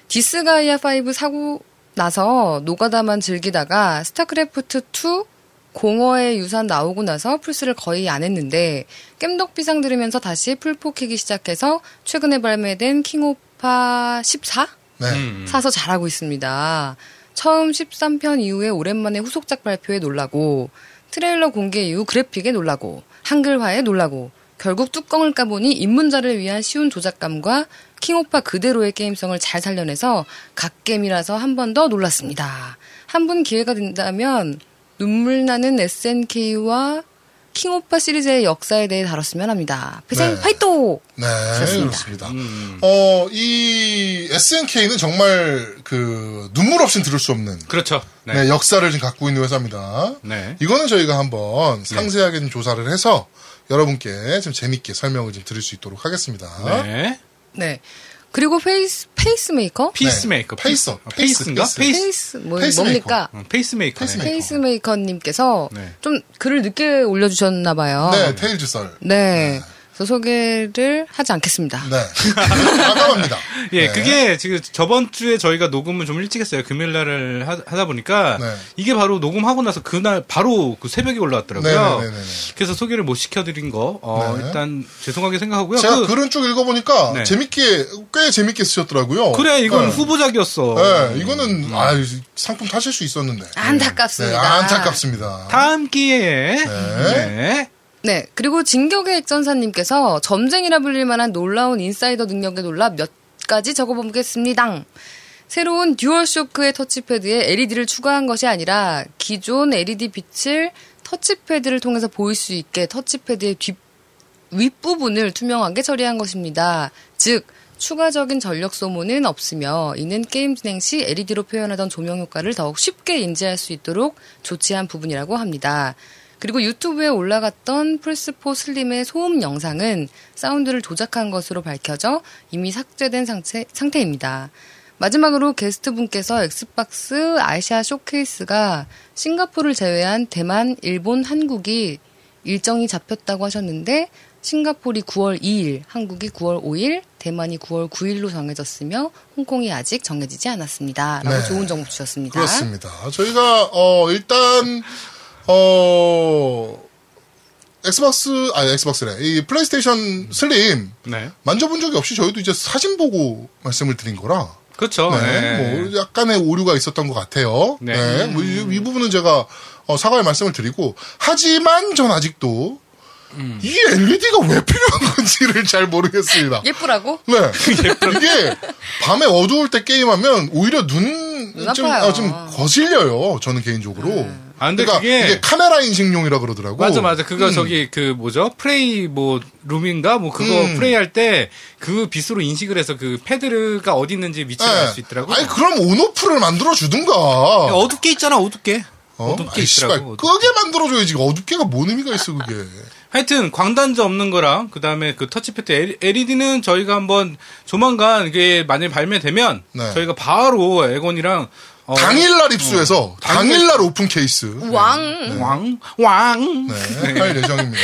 디스가이아5 사고 나서 노가다만 즐기다가 스타크래프트2 공허의 유산 나오고 나서 플스를 거의 안 했는데 깸덕비상 들으면서 다시 풀포 키기 시작해서 최근에 발매된 킹오파 14?
네.
음.
사서 잘하고 있습니다. 처음 13편 이후에 오랜만에 후속작 발표에 놀라고 트레일러 공개 이후 그래픽에 놀라고 한글화에 놀라고 결국 뚜껑을 까보니 입문자를 위한 쉬운 조작감과 킹오파 그대로의 게임성을 잘 살려내서 갓겜이라서 한 번 더 놀랐습니다. 한 번 기회가 된다면 눈물 나는 SNK와 킹오파 시리즈의 역사에 대해 다뤘으면 합니다. 배생
네.
화이토!
네,
좋습니다.
그렇습니다.
음.
어, 이 SNK는 정말 그 눈물 없인 들을 수 없는
그렇죠. 네.
네, 역사를 지금 갖고 있는 회사입니다.
네.
이거는 저희가 한번 상세하게 좀 조사를 해서 여러분께 좀 재밌게 설명을 좀 드릴 수 있도록 하겠습니다.
네.
네. 그리고 페이스 페이스메이커?
피스메이커.
네. 페이서.
아, 페이스인가?
페이스,
페이스.
페이스 뭐
페이스메이커.
뭡니까?
어, 페이스메이커.
페이스메이커.
페이스메이커 님께서
네.
좀 글을 늦게 올려 주셨나 봐요.
아,
네, 테일즈 썰.
네. 그래서 소개를 하지 않겠습니다.
네. 아까합니다
예,
네.
그게 지금 저번 주에 저희가 녹음을 좀 일찍 했어요. 금요일 날을 하, 다 보니까
네.
이게 바로 녹음하고 나서 그날 바로 그 새벽에 올라왔더라고요.
네, 네, 네, 네, 네.
그래서 소개를 못 시켜드린 거 어,
네.
일단 죄송하게 생각하고요.
제가
그,
글은 쭉 읽어보니까
네.
재밌게 꽤 재밌게 쓰셨더라고요.
래 이건
네.
후보작이었어. 음.
네, 이거는 아 상품 타실 수 있었는데. 네,
안타깝습니다.
안타깝습니다.
다음 기회에
네.
네.
네, 그리고 진격의 액전사님께서 점쟁이라 불릴 만한 놀라운 인사이더 능력에 놀라 몇 가지 적어보겠습니다. 새로운 듀얼 쇼크의 터치패드에 LED를 추가한 것이 아니라 기존 LED 빛을 터치패드를 통해서 보일 수 있게 터치패드의 뒷, 윗부분을 투명하게 처리한 것입니다. 즉, 추가적인 전력 소모는 없으며 이는 게임 진행 시 LED로 표현하던 조명 효과를 더욱 쉽게 인지할 수 있도록 조치한 부분이라고 합니다. 그리고 유튜브에 올라갔던 플스4 슬림의 소음 영상은 사운드를 조작한 것으로 밝혀져 이미 삭제된 상태, 상태입니다. 마지막으로 게스트 분께서 엑스박스 아시아 쇼케이스가 싱가포르를 제외한 대만, 일본, 한국이 일정이 잡혔다고 하셨는데 싱가포르이 9월 2일, 한국이 9월 5일, 대만이 9월 9일로 정해졌으며 홍콩이 아직 정해지지 않았습니다.라고
네.
좋은 정보 주셨습니다.
그렇습니다. 저희가 어 일단 어 엑스박스 아 엑스박스래 이 플레이스테이션 슬림
네.
만져본 적이 없이 저희도 이제 사진 보고 말씀을 드린 거라
그렇죠. 네.
네, 뭐 약간의 오류가 있었던 것 같아요.
네.
네, 뭐 이, 이 부분은 제가 어, 사과의 말씀을 드리고 하지만 전 아직도
음.
이 LED가 왜 필요한 건지를 잘 모르겠습니다.
예쁘라고?
네. 이게 밤에 어두울 때 게임하면 오히려 눈,
눈
좀,
아파요. 네.
아, 좀 거슬려요. 저는 개인적으로.
아, 근데
그러니까
그게-
이게 카메라 인식용이라 그러더라고.
맞아 맞아 그거
음.
저기 그 뭐죠 프레이 뭐 룸인가 뭐 그거
음.
프레이 할 때 그 빛으로 인식을 해서 그 패드가 어디 있는지
네.
위치를 알 수 있더라고.
아니, 그럼 온오프를 만들어 주든가.
야, 어둡게 있잖아 어둡게. 어? 둡게 있더라고. 어둡-
끄게 만들어줘야지. 어둡게가 뭔 의미가 있어, 그게.
하여튼 광단자 없는 거랑 그 다음에 그 터치패드 LED는 저희가 한번 조만간 이게 만약 에 발매되면
네.
저희가 바로 에곤이랑 어,
당일날 입수해서
당일-
당일날 오픈 케이스.
왕!
왕 왕.
네, 할 예정입니다.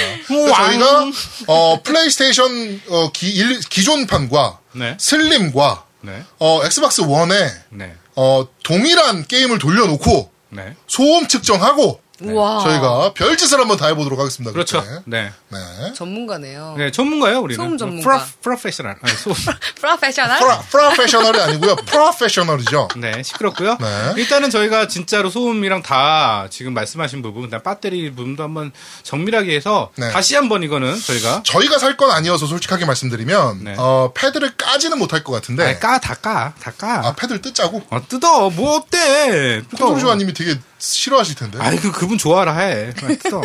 왕.
저희가 어, 플레이스테이션 어, 기, 일- 기존판과
네.
슬림과
네.
어, 엑스박스 원에
네.
어, 동일한 게임을 돌려놓고
네.
소음 측정하고
우와.
네. 저희가 별짓을 한번 다 해보도록 하겠습니다.
그렇죠.
그때.
네.
네.
전문가네요.
네, 전문가예요, 우리는.
소음 전문가.
프로- 프로페셔널. 아니, 소음.
프로페셔널?
프라, 프로페셔널이 아니고요. 프로페셔널이죠.
네, 시끄럽고요.
네.
일단은 저희가 진짜로 소음이랑 다 지금 말씀하신 부분, 그다음 배터리 부분도 한번 정밀하게 해서
네.
다시 한번 이거는 저희가
저희가 살 건 아니어서 솔직하게 말씀드리면
네.
어, 패드를 까지는 못할 것 같은데
아니, 까, 다 까, 다 까.
네. 아, 패드를 뜯자고?
어, 뜯어. 뭐 어때? 뜯어.
코조조아님이 되게 싫어하실 텐데.
아이, 그, 그분 좋아라 해. 그냥 뜯어.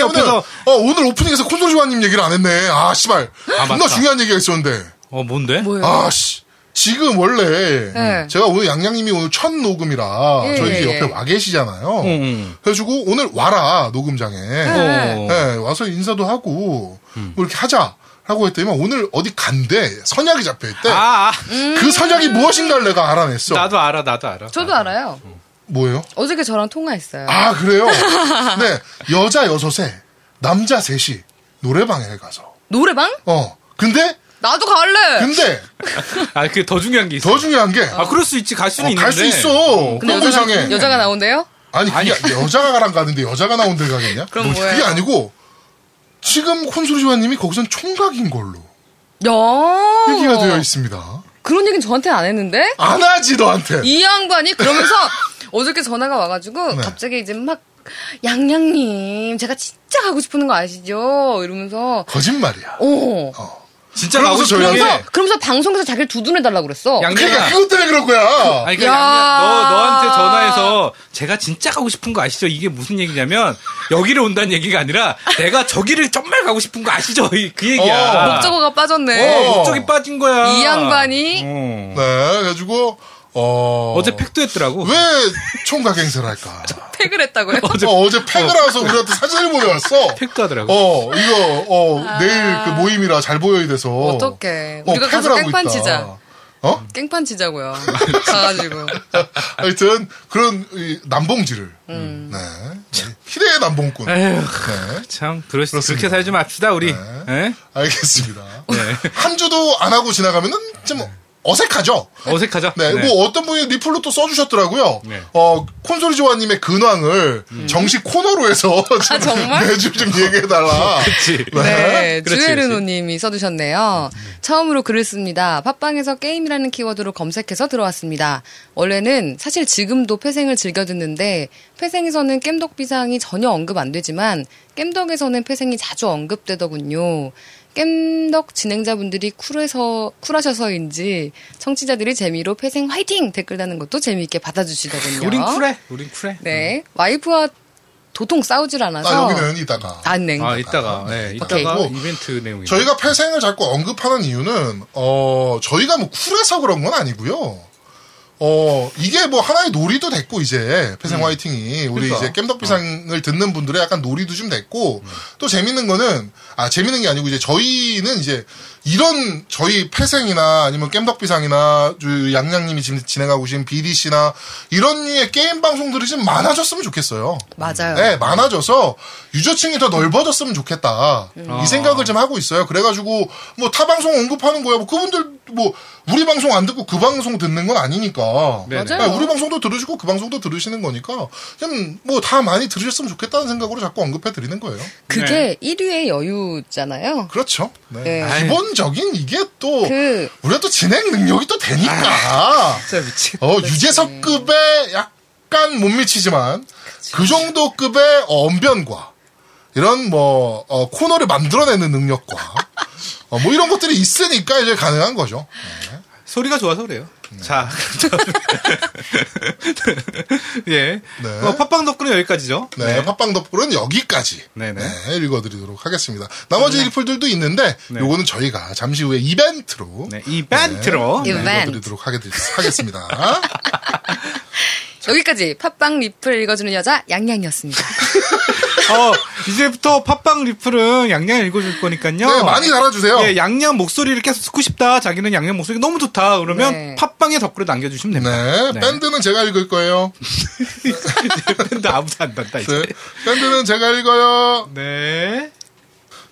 양양이
옆에서,
어, 오늘 오프닝에서 콘솔조아님 얘기를 안 했네. 아, 씨발.
아,
존나
맞다.
중요한 얘기가 있었는데.
어, 뭔데?
뭐예요?
아, 씨. 지금 원래
네.
제가 오늘 양양님이 오늘 첫 녹음이라
예,
저희
예,
옆에
예.
와 계시잖아요.
응.
그래가지고 오늘 와라 녹음장에
음. 어. 음.
네, 와서 인사도 하고 뭐 이렇게 하자. 라고 했더니만 오늘 어디 간대 선약이 잡혀있대
아, 아.
그
음.
선약이 무엇인가를 내가 알아냈어
나도 알아, 나도 알아.
저도 알아요.
뭐예요?
어저께 저랑 통화했어요.
아 그래요? 네 여자 여섯에 남자 셋이 노래방에 가서
노래방?
어 근데
나도 갈래.
근데
아, 그게 더 중요한 게 있어.
더 중요한 게 어,
아, 그럴 수 있지. 갈 수는 있는데.
갈 수 있어.
근데
그런 거
여자가,
이상해.
여자가 나온대요?
아니, 그게 여자가 가랑 가는데 여자가 나온 데 가겠냐?
그럼
뭐지?
뭐예요?
그게 아니고 지금 콘솔지와님이 거기선 총각인 걸로
야.
얘기가 되어 있습니다.
그런 얘기는 저한테 안 했는데?
안 하지 너한테.
이 양반이 그러면서 어저께 전화가 와가지고
네.
갑자기 이제 막 양양님 제가 진짜 가고 싶은 거 아시죠? 이러면서
거짓말이야.
어.
진짜 나오고
그러고서
싶은 게.
저희한테-
그러면서 방송에서 자기를 두둔해달라 그랬어.
양-
그러니까 그것 때문에 그런 거야.
아니, 그,
야.
양양, 너, 너한테 전화해서, 제가 진짜 가고 싶은 거 아시죠? 이게 무슨 얘기냐면, 여기를 온다는 얘기가 아니라, 내가 저기를 정말 가고 싶은 거 아시죠? 이- 그 얘기야.
어,
목적어가
어,
빠졌네.
어.
목적이 빠진 거야.
이 양반이
어.
네, 그래가지고 어.
어제 팩도 했더라고.
왜 총각행세를 할까?
팩을 했다고요?
어제, 어, 어제 팩을 와서 우리한테 사진을 보내왔어.
팩도 하더라고.
어, 이거, 어, 내일 그 모임이라 잘 보여야 돼서.
아. 어떡해.
어,
우리가
팩을
가서
하고
깽판
있다.
치자.
어?
깽판 치자고요. 가가지고.
하여튼, 그런 이 남봉지를.
음.
네. 희대의 남봉꾼.
에휴,
네.
참 그럴 수
그렇습니다. 네.
그렇게 살지 맙시다 우리. 예?
알겠습니다.
네.
한 주도 안 하고 지나가면은 좀 어색하죠?
어색하죠.
네, 뭐 어떤 분이 리플로 또 써주셨더라고요.
네. 음.
어 콘솔이 조아님의 근황을 정식 코너로 해서 좀
아, 정말?
매주 좀 얘기해달라.
그치.
네,
그렇지,
주에르노님이 써주셨네요. 처음으로 글을 씁니다. 팟빵에서 게임이라는 키워드로 검색해서 들어왔습니다. 원래는 사실 지금도 폐생을 즐겨 듣는데 폐생에서는 겜덕 비상이 전혀 언급 안 되지만 겜덕에서는 폐생이 자주 언급되더군요. 겜덕 진행자분들이 쿨해서 쿨하셔서인지 청취자들이 재미로 폐생 화이팅 댓글 다는 것도 재미있게 받아주시더군요.
우린 쿨해. 우린 쿨해.
네, 와이프와 도통 싸우질 않아서
아 여기는 이따가.
안 냉.
아 이따가 네,
이따가
이따가
있고.
이벤트 내용이.
저희가 폐생을 자꾸 언급하는 이유는 어 저희가 뭐 쿨해서 그런 건 아니고요. 어 이게 뭐 하나의 놀이도 됐고 이제 폐생 화이팅이 우리
음. 그러니까.
이제 겜덕비상을 듣는 분들의 약간 놀이도 좀 됐고 또 재밌는 거는 아 재밌는 게 아니고 이제 저희는 이제 이런 저희 폐생이나 아니면 겜덕비상이나 저 양양님이 지금 진행하고 계신 BDC나 이런 류의 게임 방송들이 좀 많아졌으면 좋겠어요.
맞아요.
네, 많아져서 유저층이 더 넓어졌으면 좋겠다.
음.
이 생각을 좀 하고 있어요. 그래가지고 뭐 타 방송 언급하는 거야. 뭐 그분들 뭐 우리 방송 안 듣고 그 방송 듣는 건 아니니까. 그러니까
네네.
맞아요.
우리 방송도 들으시고 그 방송도 들으시는 거니까 그냥 뭐 다 많이 들으셨으면 좋겠다는 생각으로 자꾸 언급해 드리는 거예요.
그게 1위의 여유잖아요.
그렇죠. 네.
네.
아유.
기본적인 이게 또
그
우리가 또 진행 능력이 또 되니까.
진짜 미치.
어, 유재석급의 약간 못 미치지만 그 정도 급의 어, 언변과 이런 뭐 어, 코너를 만들어내는 능력과 어, 뭐 이런 것들이 있으니까 이제 가능한 거죠. 네.
소리가 좋아서 그래요. 자, 예.
네.
어, 팟빵 덕분에 여기까지죠.
네, 팟빵 덕분은 여기까지
네네.
네, 읽어드리도록 하겠습니다. 나머지 리플들도 있는데 요거는 저희가 잠시 후에 이벤트로
네, 이벤트로
네,
이벤트.
읽어드리도록 하겠- 하겠습니다.
여기까지 팟빵 리플 읽어주는 여자 양양이었습니다.
어, 이제부터 팟빵 리플은 양양 읽어줄 거니까요.
네, 많이 달아주세요.
예, 양양 목소리를 계속 듣고 싶다. 자기는 양양 목소리가 너무 좋다. 그러면
네.
팟빵에 댓글을 남겨주시면 됩니다.
네, 밴드는 제가 읽을 거예요.
밴드 아무도 안 단다, 이제.
네, 밴드는 제가 읽어요.
네.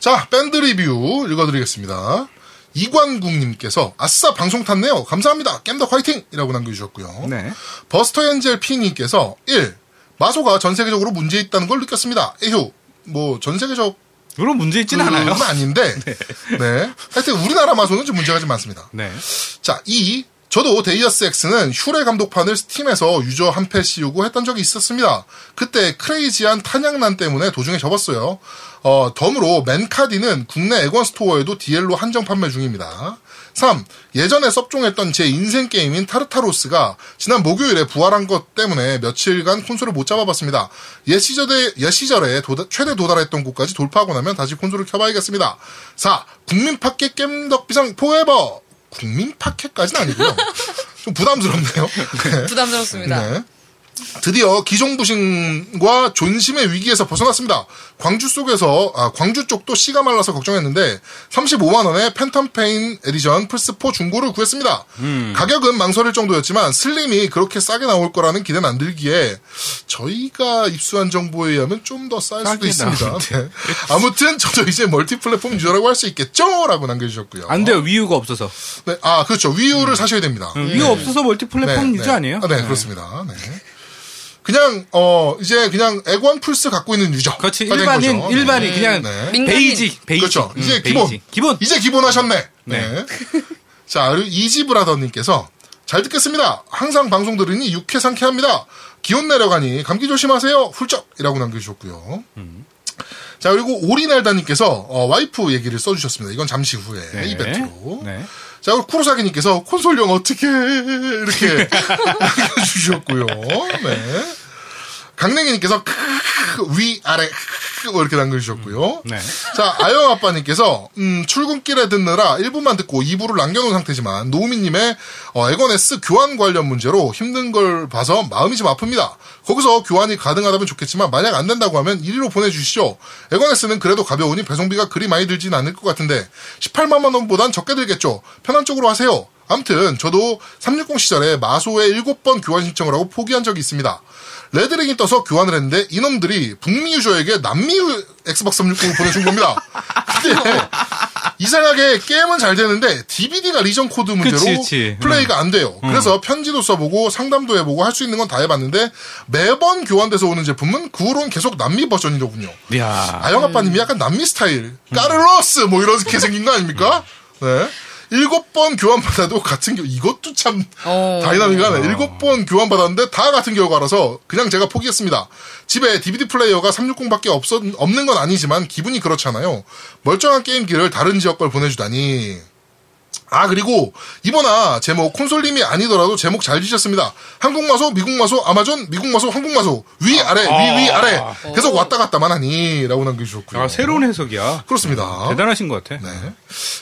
자, 밴드 리뷰 읽어드리겠습니다. 이관국님께서 아싸 방송 탔네요. 감사합니다. 겜덕 화이팅! 이라고 남겨주셨고요.
네.
버스터 엔젤 피님께서 1. 마소가 전 세계적으로 문제 있다는 걸 느꼈습니다. 에휴, 뭐, 전 세계적
이런 문제 있진
은
않아요.
아닌데, 네. 하여튼 우리나라 마소는 좀 문제가 좀 많습니다.
네.
자, 2. 저도 데이어스 X는 슈레 감독판을 스팀에서 유저 한 패 씌우고 했던 적이 있었습니다. 그때 크레이지한 탄약난 때문에 도중에 접었어요. 어, 덤으로 맨카디는 국내 애권 스토어에도 DL로 한정 판매 중입니다. 3. 예전에 섭종했던 제 인생 게임인 타르타로스가 지난 목요일에 부활한 것 때문에 며칠간 콘솔을 못 잡아봤습니다. 옛 시절에, 옛 시절에 도다- 최대 도달했던 곳까지 돌파하고 나면 다시 콘솔을 켜봐야겠습니다. 4. 국민 팟캐 겜덕비상 포에버! 국민 파켓까지는 아니고요. 좀 부담스럽네요. 네.
부담스럽습니다.
네. 드디어 기종부심과 존심의 위기에서 벗어났습니다. 광주 속에서 아, 광주 쪽도 씨가 말라서 걱정했는데 35만 원에 팬텀 페인 에디션 플스4 중고를 구했습니다.
음.
가격은 망설일 정도였지만 슬림이 그렇게 싸게 나올 거라는 기대는 안 들기에 저희가 입수한 정보에 의하면 좀 더 쌀 수도
싸게
있습니다. 네. 아무튼 저도 이제 멀티플랫폼 유저라고 할 수 있겠죠라고 남겨주셨고요.
안 돼요. 위유가 없어서.
네, 아 그렇죠.
음.
위유를 사셔야 됩니다.
위유 없어서 멀티 플랫폼
음. 네,
유저
네.
아니에요?
아, 네, 그렇습니다. 네. 그냥 어 이제 그냥 액원 플스 갖고 있는 유저.
그렇지.
가 된
일반인,
거죠.
일반인. 그냥
네.
민간인.
베이지. 베이지.
그렇죠.
음,
이제
베이지.
기본.
기본.
이제 기본하셨네. 네.
네.
자, 그리고 이지브라더님께서 잘 듣겠습니다. 항상 방송 들으니 유쾌 상쾌합니다. 기온 내려가니 감기 조심하세요. 훌쩍이라고 남겨주셨고요.
음.
자 그리고 오리날다님께서 어, 와이프 얘기를 써주셨습니다. 이건 잠시 후에
네.
이벤트로.
네.
자, 그리고 쿠로사기님께서 콘솔용 어떻게 이렇게 남겨주셨고요. 네. 강냉이님께서 크으, 위 아래 하고 이렇게 남겨주셨고요.
네.
자, 아영 아빠님께서, 음, 출근길에 듣느라 1부만 듣고 2부를 남겨놓은 상태지만, 노우미님의 어, 에건S 교환 관련 문제로 힘든 걸 봐서 마음이 좀 아픕니다. 거기서 교환이 가능하다면 좋겠지만, 만약 안 된다고 하면 1위로 보내주시죠. 에건S는 그래도 가벼우니 배송비가 그리 많이 들진 않을 것 같은데, 18만원 보단 적게 들겠죠. 편한 쪽으로 하세요. 암튼, 저도 360 시절에 마소의 7번 교환 신청을 하고 포기한 적이 있습니다. 레드링이 떠서 교환을 했는데 이놈들이 북미 유저에게 남미 유- 엑스박스 360을 보내준 겁니다. 근데 이상하게 게임은 잘 되는데 DVD가 리전 코드 문제로
그치, 음. 그치.
플레이가 안 돼요. 그래서 편지도 써보고 상담도 해보고 할 수 있는 건 다 해봤는데 매번 교환돼서 오는 제품은 그 후로는 계속 남미 버전이더군요.
야
아영 아빠님이 약간 남미 스타일 까르로스 뭐 이렇게 생긴 거 아닙니까? 네. 일곱 번 교환 받아도 같은 겨 이것도 참
어.
다이나믹하네. 일곱 번 교환 받았는데 다 같은 결과라서 그냥 제가 포기했습니다. 집에 DVD 플레이어가 360밖에 없 없는 건 아니지만 기분이 그렇잖아요. 멀쩡한 게임기를 다른 지역 걸 보내주다니. 아 그리고 이번아 제목 콘솔님이 아니더라도 제목 잘 지셨습니다. 한국 마소, 미국 마소, 아마존, 미국 마소, 한국 마소 위 아래 위 위
아.
아래 계속 왔다 갔다만 하니라고 남겨주셨고요.
아, 새로운 해석이야.
그렇습니다.
대단하신 것 같아.
네.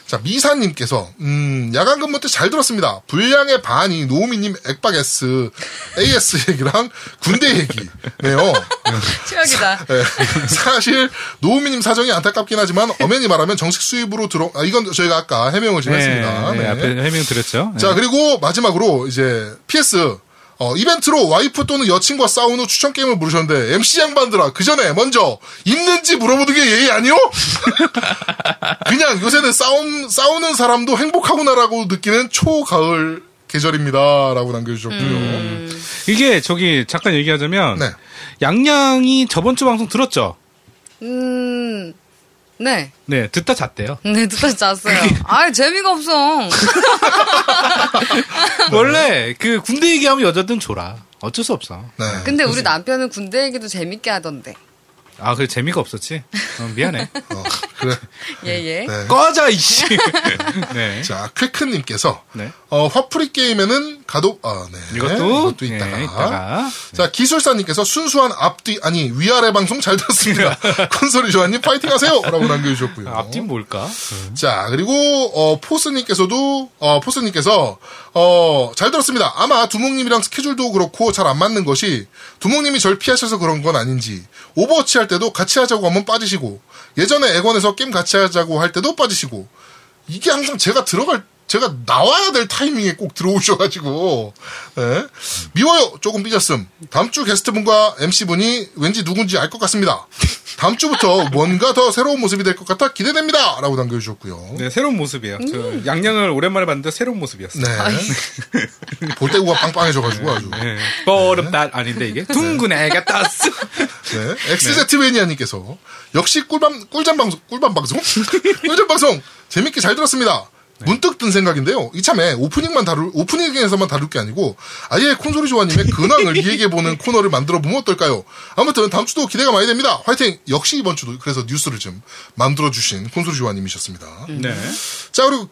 자, 미사님께서, 음, 야간 근무 때 잘 들었습니다. 분량의 반이 노우미님 액박 S, AS 얘기랑 군대 얘기네요.
최악이다.
네. 사실, 노우미님 사정이 안타깝긴 하지만, 엄연히 말하면 정식 수입으로 들어, 아, 이건 저희가 아까 해명을 좀 했습니다.
네,
네.
앞에 해명 드렸죠. 네.
자, 그리고 마지막으로, 이제, PS. 어, 이벤트로 와이프 또는 여친과 싸운 후 추천 게임을 물으셨는데, MC 양반들아, 그 전에 먼저, 있는지 물어보는 게 예의 아니요? 그냥 요새는 싸움, 싸우는 사람도 행복하구나라고 느끼는 초가을 계절입니다. 라고 남겨주셨고요.
이게 저기 잠깐 얘기하자면
네.
양양이 저번 주 방송 들었죠.
음, 네.
네, 듣다 잤대요.
네, 누가 잤어요. 아 재미가 없어.
원래 그 군대 얘기하면 여자들은 졸아. 어쩔 수 없어.
네.
근데 우리 남편은 군대 얘기도 재밌게 하던데.
아, 그래 재미가 없었지. 어, 미안해.
어, 그래.
예, 예.
네.
꺼져 이씨. 네.
자, 쾌크님께서,
네.
어, 화풀이 게임에는 가도, 아, 네.
이것도,
이것도
네,
있다가.
있다가. 네.
자, 기술사님께서 순수한 앞뒤, 아니, 위아래 방송 잘 들었습니다. 콘솔이 조아님 파이팅 하세요! 라고 남겨주셨고요.
앞뒤 뭘까?
자, 그리고, 어, 포스님께서도, 어, 포스님께서, 어, 잘 들었습니다. 아마 두목님이랑 스케줄도 그렇고 잘 안 맞는 것이, 두목님이 절 피하셔서 그런 건 아닌지, 오버워치 할 때도 같이 하자고 하면 빠지시고, 예전에 액원에서 게임 같이 하자고 할 때도 빠지시고, 이게 항상 제가 들어갈 제가 나와야 될 타이밍에 꼭 들어오셔가지고 예. 미워요 조금 삐졌음 다음 주 게스트분과 MC분이 왠지 누군지 알 것 같습니다 다음 주부터 뭔가 더 새로운 모습이 될 것 같아 기대됩니다 라고 남겨주셨고요
네, 새로운 모습이에요. 저 양양을 오랜만에 봤는데 새로운 모습이었어요.
네볼 때구가 빵빵해져가지고 아주
네. 뻘음 날 아닌데 이게 둥근 애가 땄어.
네. 엑스제트베니아님께서 역시 꿀밤 꿀잠 방송 꿀밤 방송 꿀잠 방송 재밌게 잘 들었습니다.
네.
문득 든 생각인데요. 이참에 오프닝만 다룰 오프닝에서만 다룰 게 아니고 아예 콘솔이 조아님의 근황을 이야기해 보는 코너를 만들어 보면 어떨까요? 아무튼 다음 주도 기대가 많이 됩니다. 화이팅! 역시 이번 주도 그래서 뉴스를 좀 만들어 주신 콘솔이 조아님이셨습니다.
네.
자 그리고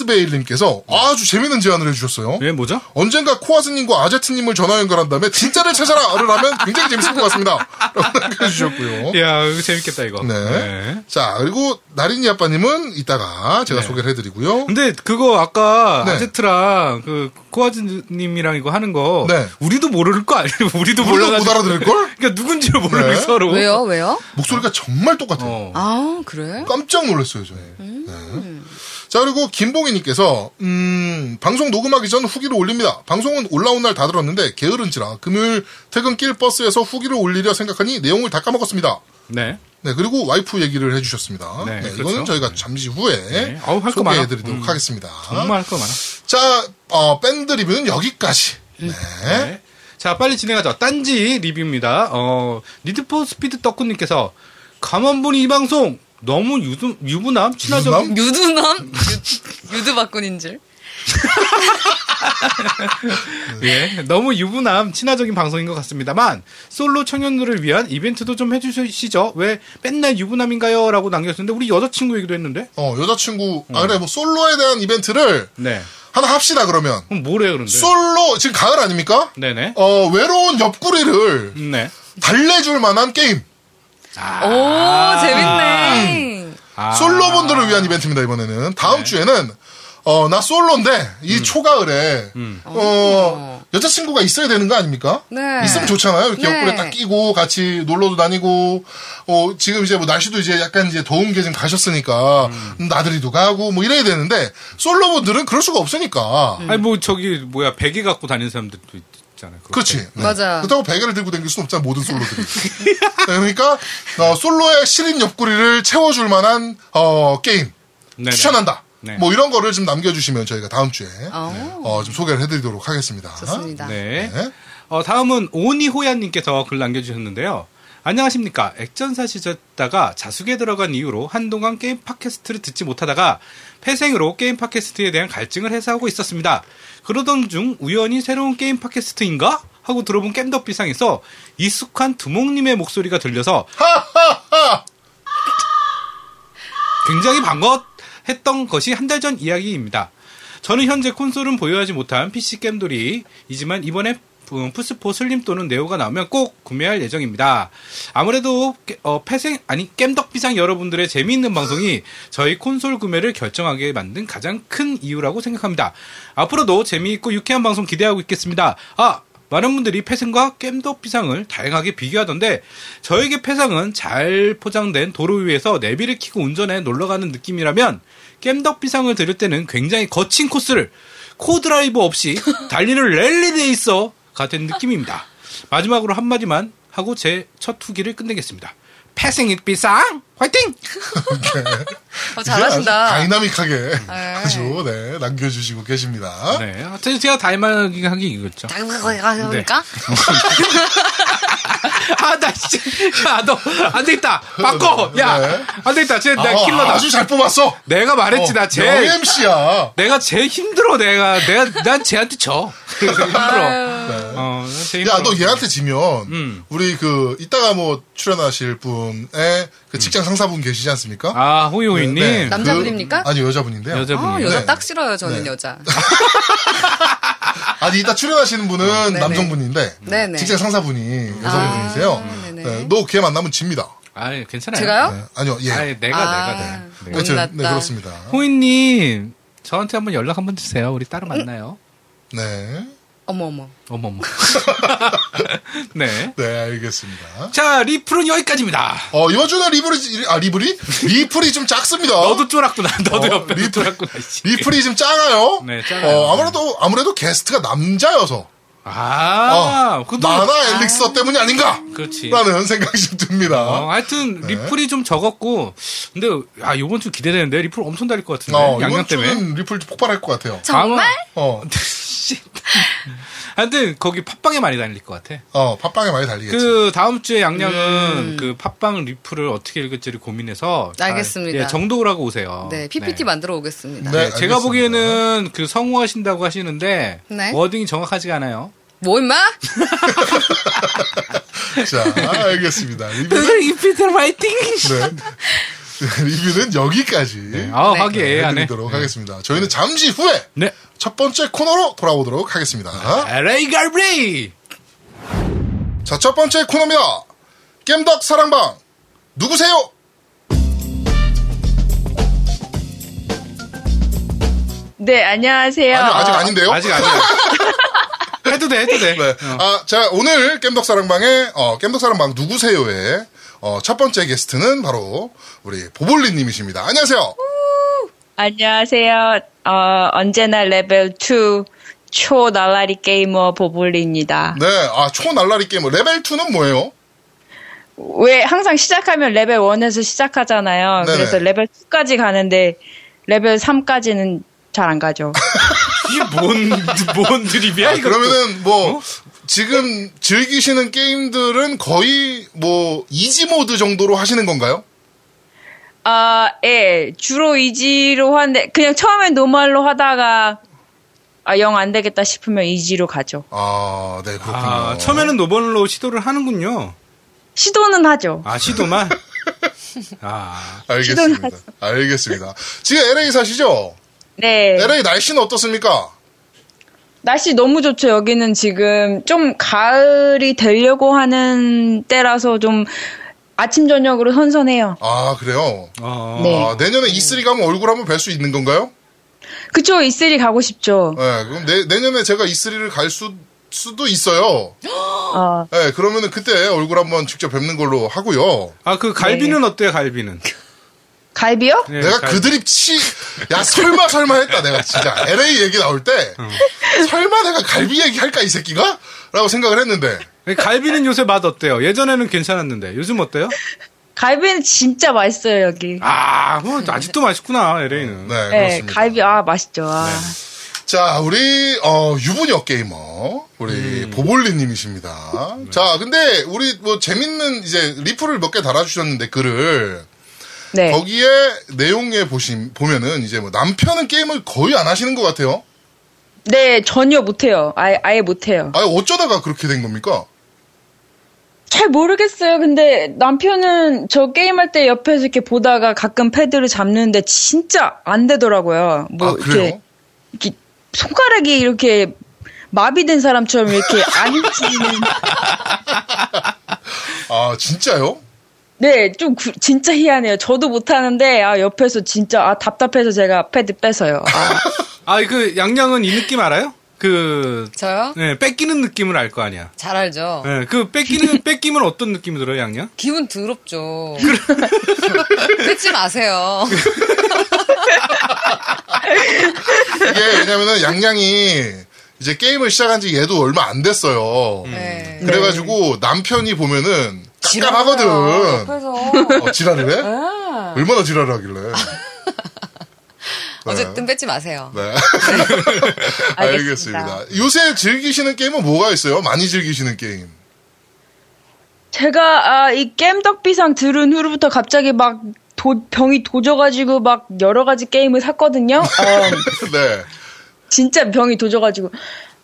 가레스베일님께서 아주 재밌는 제안을 해주셨어요.
네, 뭐죠?
언젠가 코아스님과 아제트님을 전화 연결한 다음에 진짜를 찾아라를 하면 굉장히 재밌을 것 같습니다. 라고 남겨주셨고요.
야, 이거 재밌겠다 이거.
네. 자 그리고 나린이 아빠님은 이따가 제가
네.
소개를 해드리고요.
근데 그거 아까
네.
아제트랑 그 코아즈님이랑 이거 하는 거
네.
우리도 모를 거 아니에요? 우리도
몰라 못
몰라가지고
알아들을 걸?
그러니까 누군지를 모르고
네.
서로
왜요, 왜요?
목소리가 정말 똑같아요.
어.
아, 그래?
깜짝 놀랐어요, 저는.
음.
네. 자, 그리고 김봉희님께서, 음, 방송 녹음하기 전 후기를 올립니다. 방송은 올라온 날 다 들었는데, 게으른지라, 금요일 퇴근길 버스에서 후기를 올리려 생각하니 내용을 다 까먹었습니다.
네.
네, 그리고 와이프 얘기를 해주셨습니다.
네,
네,
그렇죠.
이거는 저희가 잠시 후에
아우, 할거 많아. 음,
소개해드리도록 하겠습니다.
정말 할 거 많아.
자, 어, 밴드 리뷰는 여기까지. 네.
네. 자, 빨리 진행하죠. 딴지 리뷰입니다. 어, 니드포 스피드 떡군님께서 감원분이 이 방송 너무 유두, 유부남 친화적
유부남?
유두남? 유, 유두박군인 줄.
예, 너무 유부남 친화적인 방송인 것 같습니다만 솔로 청년들을 위한 이벤트도 좀 해주시죠. 왜 맨날 유부남인가요?라고 남겼는데 우리 여자친구 얘기도 했는데.
어, 여자친구, 아, 그래, 뭐, 솔로에 대한 이벤트를
네.
하나 합시다, 그러면.
그럼 뭐래요, 그런데?
솔로, 지금 가을 아닙니까?
네네.
어, 외로운 옆구리를
네.
달래줄 만한 게임.
오, 재밌네.
아.
솔로분들을 위한 이벤트입니다 이번에는 다음 주에는 어, 나 솔로인데 이 초가을에 어, 여자친구가 있어야 되는 거 아닙니까?
네.
있으면 좋잖아요. 이렇게
네.
옆구리에 딱 끼고 같이 놀러도 다니고 어, 지금 이제 뭐 날씨도 이제 약간 이제 더운 게 지금 가셨으니까 음, 나들이도 가고 뭐 이래야 되는데 솔로분들은 그럴 수가 없으니까.
음.
아니 뭐 저기 뭐야 베개 갖고 다니는 사람들도 있잖아요. 그거.
그렇지. 네.
맞아.
그렇다고 베개를 들고 다닐 수는 없잖아, 모든 솔로들이. 네, 그러니까, 어, 솔로의 시린 옆구리를 채워줄 만한, 어, 게임.
네네.
추천한다.
네.
뭐 이런 거를 좀 남겨주시면 저희가 다음 주에
어,
어, 좀 소개를 해드리도록 하겠습니다.
좋습니다.
네.
네.
어, 다음은 오니호야님께서 글 남겨주셨는데요. 안녕하십니까. 액전사 시절다가 자숙에 들어간 이후로 한동안 게임 팟캐스트를 듣지 못하다가 폐생으로 게임 팟캐스트에 대한 갈증을 해소하고 있었습니다. 그러던 중 우연히 새로운 게임 팟캐스트인가? 하고 들어본 겜덕비상에서 익숙한 두목님의 목소리가 들려서 굉장히 반가웠던 것이 한 달 전 이야기입니다. 저는 현재 콘솔은 보유하지 못한 PC 겜돌이이지만 이번에 음, 플스4 슬림 또는 네오가 나오면 꼭 구매할 예정입니다. 아무래도 깨- 어, 폐생 아니 겜덕비상 여러분들의 재미있는 방송이 저희 콘솔 구매를 결정하게 만든 가장 큰 이유라고 생각합니다. 앞으로도 재미있고 유쾌한 방송 기대하고 있겠습니다. 아 많은 분들이 폐생과 겜덕비상을 다양하게 비교하던데 저에게 폐상은 잘 포장된 도로 위에서 내비를 켜고 운전해 놀러가는 느낌이라면 겜덕비상을 들을 때는 굉장히 거친 코스를 코드라이브 없이 달리는 랠리레이서 같은 느낌입니다. 마지막으로 한마디만 하고 제 첫 후기를 끝내겠습니다. 패생잇 비상 화이팅!
어,
이게 아주
잘하신다.
다이나믹하게 아주 네, 남겨주시고 계십니다.
네, 하여튼 제가 다이마하게 이거죠.
네.
그러니까
아, 나 진짜, 야, 너, 안 되겠다. 바꿔! 야,
네.
안 되겠다. 쟤, 나
아,
킬러다.
아주 잘 뽑았어.
내가 말했지, 나 쟤.
MC야.
내가 제일 힘들어 내가 내가 난 쟤한테 져 그래서 힘들어 어쟤 힘들어
네. 야, 너 얘한테 지면,
음.
우리 그, 이따가 뭐, 출연하실 분의 그 직장 상사분 계시지 않습니까?
음. 아 호이호이님
네,
남자분입니까?
그, 아니 여자분인데요.
여자분이
아, 여자
네.
딱 싫어요. 저는 여자.
아니 이따 출연하시는 분은
어, 네네.
남성분인데
네네. 아,
직장 상사분이 여성분이세요.
네네.
너 걔 만나면 집니다.
아 괜찮아요
제가요?
네, 아니요, 예.
아니 내가
아.
내가 내가 내가.
하여튼,
못났다.
네 그렇습니다.
호이님 저한테 한번 연락 한번 주세요 우리 따로 만나요
네,
어머 어머.
어머 어머 네자
네 알겠습니다.
리플은 여기까지입니다
어 이번 주는 리플이 아 리플이 리플이 좀 작습니다.
너도 쫄았구나 너도
어,
옆에
리플-
쫄았구나 씨.
리플이 좀 작아요.
네, 작아요.
어, 아무래도 아무래도 게스트가 남자여서
아
어,
그것도 아.
만화 엘릭서 때문이 아닌가? 네.
그렇지
라는 생각이 좀 듭니다.
어, 하여튼 리플이 좀 적었고 근데 아 이번 주 기대되는데 리플 엄청 달릴 것 같은데
어,
양양
이번
때문에
주는 리플 폭발할 것 같아요.
정말?
어,
씨. 하여튼 거기 팟빵에 많이 달릴 것 같아.
어 팟빵에 많이 달리겠지.
그 다음 주에 양양은 그 팟빵 리플을 어떻게 읽을지를 고민해서 잘-
음. 알겠습니다.
예, 정독을 하고 오세요.
네, PPT 만들어 오겠습니다.
네,
네, 제가
알겠습니다.
보기에는 그 성우하신다고 하시는데
네.
워딩이 정확하지가 않아요.
뭐 임마?
자, 알겠습니다.
네.
리뷰는,
리필 파이팅.
네. 리뷰는 여기까지
아
네.
하게 안에.
해드리도록 하겠습니다. 저희는 잠시 후에
네.
첫 번째 코너로 돌아오도록 하겠습니다.
LA 갈브레이.
자, 첫 번째 코너입니다. 겜덕 사랑방 누구세요?
네, 안녕하세요.
아니, 아직 아닌데요. 어.
아직 아니에요. 해도 돼, 해도 돼.
네. 아, 자, 오늘 겜덕 사랑방의 어, 겜덕 사랑방 누구세요의 어, 첫 번째 게스트는 바로 우리 보볼리님이십니다. 안녕하세요.
안녕하세요. 어, 언제나 레벨 2 초날라리 게이머 보블리입니다.
네, 아 초날라리 게임 레벨 2는 뭐예요?
왜 항상 시작하면 레벨 1에서 시작하잖아요.
네네.
그래서 레벨 2까지 가는데 레벨 3까지는 잘 안 가죠.
이게 뭔뭔 드립이야
아,
이거? 어?
그러면은 뭐 지금 즐기시는 게임들은 거의 뭐 이지 모드 정도로 하시는 건가요?
아, 예. 주로 이지로 하는데 그냥 처음엔 노멀로 하다가 아, 영 안 되겠다 싶으면 이지로 가죠.
아, 네 그렇군요.
아, 처음에는 노벌로 시도를 하는군요.
시도는 하죠.
아, 시도만? 아,
알겠습니다.
시도는
알겠습니다. 지금 LA 사시죠?
네.
LA 날씨는 어떻습니까?
날씨 너무 좋죠. 여기는 지금 좀 가을이 되려고 하는 때라서 좀 아침 저녁으로 선선해요.
아, 그래요?
아,
네.
아, 내년에 E3 가면 얼굴 한번 뵐 수 있는 건가요?
그쵸 E3 가고 싶죠.
네, 그럼 내, 내년에 제가 E3를 갈 수, 수도 있어요.
아,
네, 그러면은 그때 얼굴 한번 직접 뵙는 걸로 하고요.
아, 그 갈비는 어때요, 갈비는?
갈비요?
네,
내가
갈-
그 드립 치, 야, 설마, 설마 했다. 내가 진짜. LA 얘기 나올 때,
음.
설마 내가 갈비 얘기 할까, 이 새끼가? 라고 생각을 했는데.
네, 갈비는 요새 맛 어때요? 예전에는 괜찮았는데 요즘 어때요?
갈비는 진짜 맛있어요 여기.
아, 뭐 아직도 맛있구나 LA는.
네,
네,
그렇습니다.
갈비 아 맛있죠. 아.
자, 우리, 어, 유부녀 게이머. 우리,
음.
보볼리님이십니다.
네.
자, 근데, 우리, 뭐, 재밌는, 이제, 리플을 몇 개 달아주셨는데, 글을.
네.
거기에 내용에 보시, 보면은, 이제 뭐, 남편은 게임을 거의 안 하시는 것 같아요.
네, 전혀 못해요. 아예, 아예 못해요.
아니, 어쩌다가 그렇게 된 겁니까?
잘 모르겠어요. 근데 남편은 저 게임할 때 옆에서 이렇게 보다가 가끔 패드를 잡는데 진짜 안 되더라고요. 뭐
아, 그래요?
이렇게, 이렇게 손가락이 이렇게 마비된 사람처럼 이렇게 안 움직이는.
아, 진짜요?
네, 좀 구- 진짜 희한해요. 저도 못하는데 아 옆에서 진짜 아 답답해서 제가 패드 뺏어요. 아,
아, 그 양양은 이 느낌 알아요? 그
저요?
네, 뺏기는 느낌을 알 거 아니야.
잘 알죠.
네, 그 뺏기는 뺏기면 어떤 느낌이 들어요, 양양?
기분 더럽죠. 뺏지 마세요.
이게 왜냐면은 양양이 이제 게임을 시작한 지 얘도 얼마 안 됐어요.
음.
네.
그래가지고 남편이 보면은 깜깜하거든.
그래서
어, 지랄을 해? 얼마나 지랄을 하길래.
어쨌든 뺏지 마세요.
네.
알겠습니다.
알겠습니다. 요새 즐기시는 게임은 뭐가 있어요? 많이 즐기시는 게임.
제가 아, 이 겜덕비상 들은 후로부터 갑자기 막 도- 병이 도져가지고 막 여러 가지 게임을 샀거든요. 어,
네.
진짜 병이 도져가지고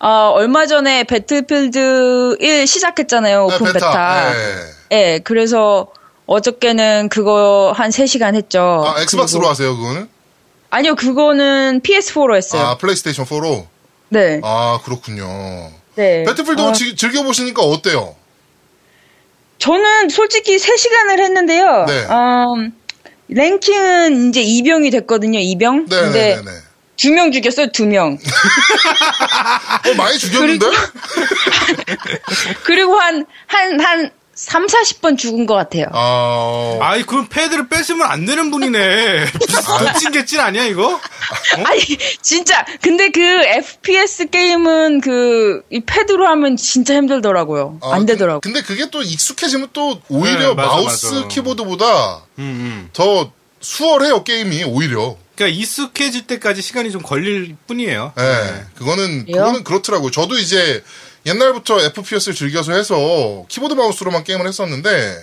아, 얼마 전에 배틀필드 1 시작했잖아요. 오픈
네,
어, 베타.
네.
예, 그래서 어저께는 그거 한 3시간 했죠.
아, 엑스박스로
어, 그리고-
하세요, 그거는?
아니요, 그거는 PS4로 했어요.
아, 플레이스테이션 4로?
네.
아, 그렇군요.
네.
배틀필드
아,
지- 즐겨보시니까 어때요?
저는 솔직히 3시간을 했는데요.
네.
음, 랭킹은 이제 2병이 됐거든요, 2병.
네, 네,
근데
네, 네.
두 명 죽였어요, 두 명.
어, 많이 죽였는데?
그리고 한, 한, 한, 3, 40번 죽은 것 같아요.
아,
아이, 그럼 패드를 뺏으면 안 되는 분이네. 독진개찐 아니야 이거?
어?
아니, 진짜. 근데 그 FPS 게임은 그, 이 패드로 하면 진짜 힘들더라고요.
아,
안
그-
되더라고요.
근데 그게 또 익숙해지면 또 오히려
네, 맞아,
마우스
맞아.
키보드보다
음, 음.
더 수월해요 게임이 오히려.
그러니까 익숙해질 때까지 시간이 좀 걸릴 뿐이에요.
예. 그거는
음. 그래요?
그거는 그렇더라고요. 저도 이제 옛날부터 FPS를 즐겨서 해서 키보드 마우스로만 게임을 했었는데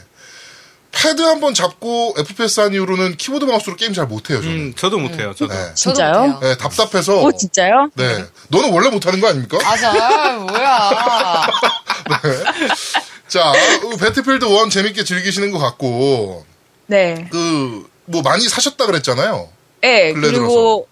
패드 한 번 잡고 FPS 한 이후로는 키보드 마우스로 게임 잘 못해요 저는.
음, 저도 못해요. 저도.
네.
저도
진짜요?
못해요.
예, 답답해서.
오, 진짜요?
네. 너는 원래 못하는 거 아닙니까?
맞아. 뭐야.
자, 어, 배틀필드 1 재밌게 즐기시는 것 같고
네.
그 뭐 많이 사셨다 그랬잖아요.
예,
근래
그리고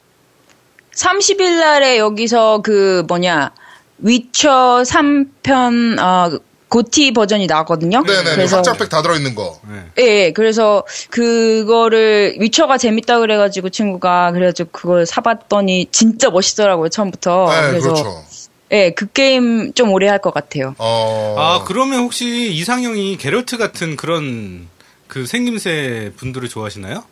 30일 날에 여기서 그 뭐냐, 위쳐 3편, 아, 고티 버전이 나거든요.
네네. 그
아, 그래서
확장팩 다 들어있는 거.
네.
예, 예, 그래서 그거를 위쳐가 재밌다 그래가지고 친구가 그래가지고 그걸 사봤더니 진짜 멋있더라고요 처음부터.
네,
아, 그래서
그렇죠.
예, 그 게임 좀 오래 할 것 같아요.
어.
아, 그러면 혹시 이상형이 게롤트 같은 그런 그 생김새 분들을 좋아하시나요?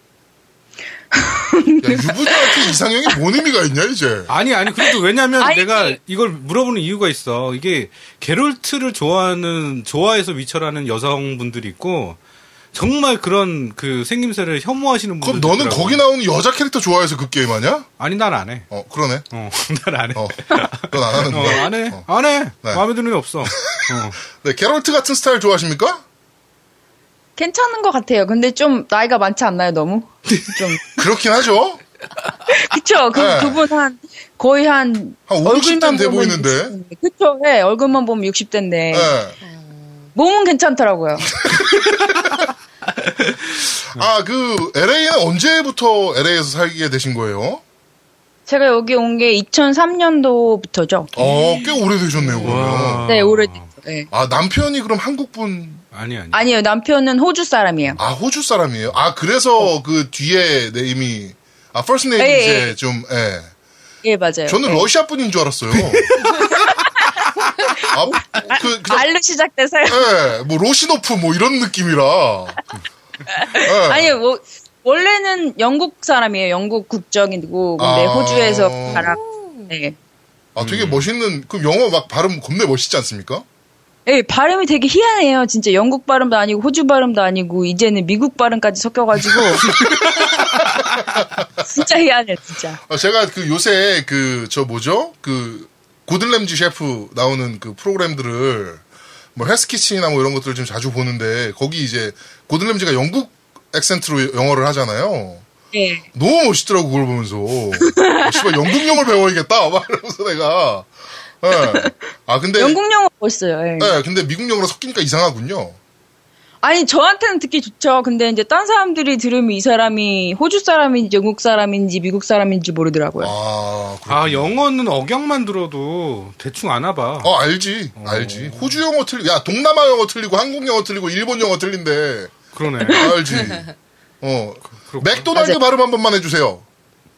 야, 유부녀한테 이상형이 뭔 의미가 있냐, 이제.
아니 아니 그래도 왜냐면
아니,
내가
그-
이걸 물어보는 이유가 있어 이게 게롤트를 좋아하는 좋아해서 위쳐라는 여성분들이 있고 정말 그런 그 생김새를 혐오하시는
그럼
분들
너는 거기 나오는 여자 캐릭터 좋아해서 그 게임 하냐?
아니 난 안 해.
어, 그러네.
어, 난 안 해.
어, 넌 안 하는
어,
거야.
안 해. 안 해.
네.
마음에 드는 애 없어. 어.
네, 게롤트 같은 스타일 좋아하십니까?
괜찮은 것 같아요. 근데 좀 나이가 많지 않나요 너무? 좀
그렇긴 하죠.
그쵸? 그
네.
그분 한 거의 한,
한 50, 60
얼굴만
대
보면
보이는데.
60 인데. 그쵸? 예, 얼굴만 보면 60대인데
네.
몸은 괜찮더라고요.
아, 그, LA는 언제부터 LA에서 살게 되신 거예요?
제가 여기 온 게 2003년도부터죠.
어, 꽤 오래되셨네요, 그러면.
와.
네, 오래됐죠.
네.
아, 남편이 그럼 한국 분,
아니 아니.
아니요, 남편은 호주 사람이에요.
아, 호주 사람이에요? 아, 그래서 그 뒤에 네임이, 아, 퍼스트 네임이
어. 예,
이제
예.
좀, 예.
예, 맞아요.
저는 러시아 분인 줄 알았어요. 아, 그, 그냥,
알로 시작돼서요.
예, 뭐, 로시노프 뭐 이런 느낌이라. 예.
아니요, 뭐, 원래는 영국 사람이에요. 영국 국적이고, 근데
아.
호주에서 자라. 네.
아, 되게 멋있는, 그럼 영어 막 발음 겁내 멋있지 않습니까?
예, 발음이 되게 희한해요. 진짜 영국 발음도 아니고 호주 발음도 아니고 이제는 미국 발음까지 섞여가지고 진짜 희한해, 진짜.
아, 제가 그 요새 그 저 뭐죠? 그 고든램지 셰프 나오는 그 프로그램들을 뭐 헬스키친이나 뭐 이런 것들을 좀 자주 보는데 거기 이제 고든램지가 영국 액센트로 영어를 하잖아요.
예.
너무 멋있더라고 그걸 보면서. 어, 씨발 영국 영어를 배워야겠다. 막 이러면서 내가. 예. 아 근데
영국 영어 멋있어요. 예.
예, 근데 미국 영어랑 섞이니까 이상하군요.
아니 저한테는 듣기 좋죠. 근데 이제 딴 사람들이 들으면 이 사람이 호주 사람인지 영국 사람인지 미국 사람인지 모르더라고요.
아, 그렇-
네. 아 영어는 억양만 들어도 대충 아나 봐.
어 알지 알지 호주 영어 틀리 야 동남아 영어 틀리고 한국 영어 틀리고 일본 영어 틀린데
그러네.
알지. 어.
그렇구나.
맥도날드
맞아요.
발음 한 번만 해주세요.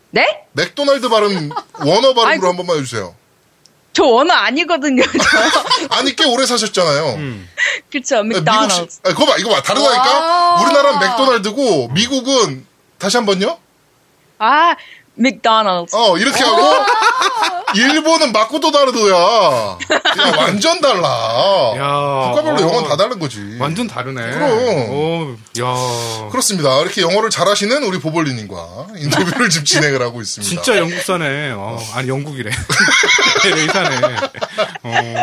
네?
맥도날드 발음, 원어
그
아니,
발음으로 한 번만 해주세요.
저 원어 아니거든요. 저.
아니, 꽤 오래 사셨잖아요.
음.
그쵸?
네,
맥도날드.
아, 그거 봐, 이거 봐. 다르다니까?
와.
우리나라는 맥도날드고, 미국은, 다시 한 번요?
아, 맥도날드.
어, 이렇게 하고, 일본은 마코토 다르도야. 야, 완전 달라.
야,
국가별로
어.
영어는 다 다른 거지.
완전 다르네.
그럼.
어, 야.
그렇습니다. 이렇게 영어를 잘하시는 우리 보벌리님과 인터뷰를 지금 진행을 하고 있습니다.
진짜 영국사네. 어, 아니 영국이래. 네, 레이사네. 어,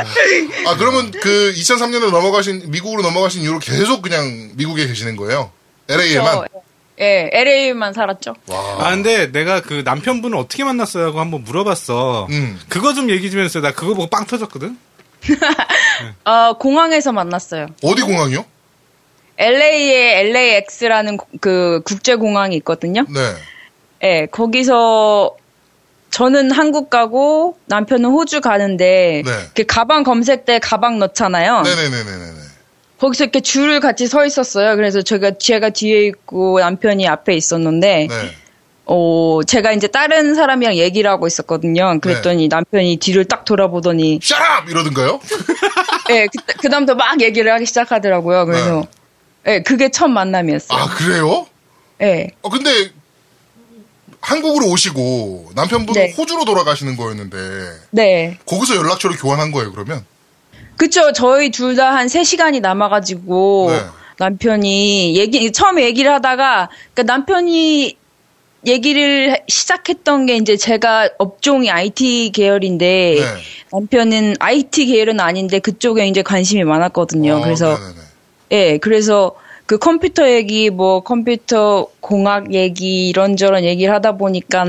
아 그러면 그 2003년으로 넘어가신 미국으로 넘어가신 이후로 계속 그냥 미국에 계시는 거예요? LA에만?
저, 예, LA만 살았죠.
와.
아 근데 내가 그 남편분을 어떻게 만났어요? 하고 한번 물어봤어.
음.
그거 좀 얘기 좀 해주세요. 나 그거 보고 빵 터졌거든.
어, 공항에서 만났어요.
어디 공항이요?
LA에 LAX라는 그 국제공항이 있거든요.
네.
예, 거기서 저는 한국 가고 남편은 호주 가는데
네.
그 가방 검색 때 가방 넣잖아요.
네네네네네.
거기서 이렇게 줄을 같이 서 있었어요. 그래서 제가 제가 뒤에 있고 남편이 앞에 있었는데
네.
어, 제가 이제 다른 사람이랑 얘기를 하고 있었거든요. 그랬더니
네.
남편이 뒤를 딱 돌아보더니
샤랍! 이러던가요?
예, 그, 그다음부터 막 얘기를 하기 시작하더라고요. 그래서 예, 그게 첫 만남이었어요.
네. 아 그래요?
예.
어 근데 한국으로 오시고 남편분은
네.
호주로 돌아가시는 거였는데
네.
거기서 연락처를 교환한 거예요 그러면?
그쵸. 저희 둘 다 한 3시간이 남아가지고
네.
남편이 얘기, 처음에 얘기를 하다가 그러니까 남편이 얘기를 시작했던 게 이제 제가 업종이 IT 계열인데
네.
남편은 IT 계열은 아닌데 그쪽에 이제 관심이 많았거든요.
어,
그래서
네네네.
예, 그래서 그 컴퓨터 얘기, 뭐 컴퓨터 공학 얘기 이런저런 얘기를 하다 보니까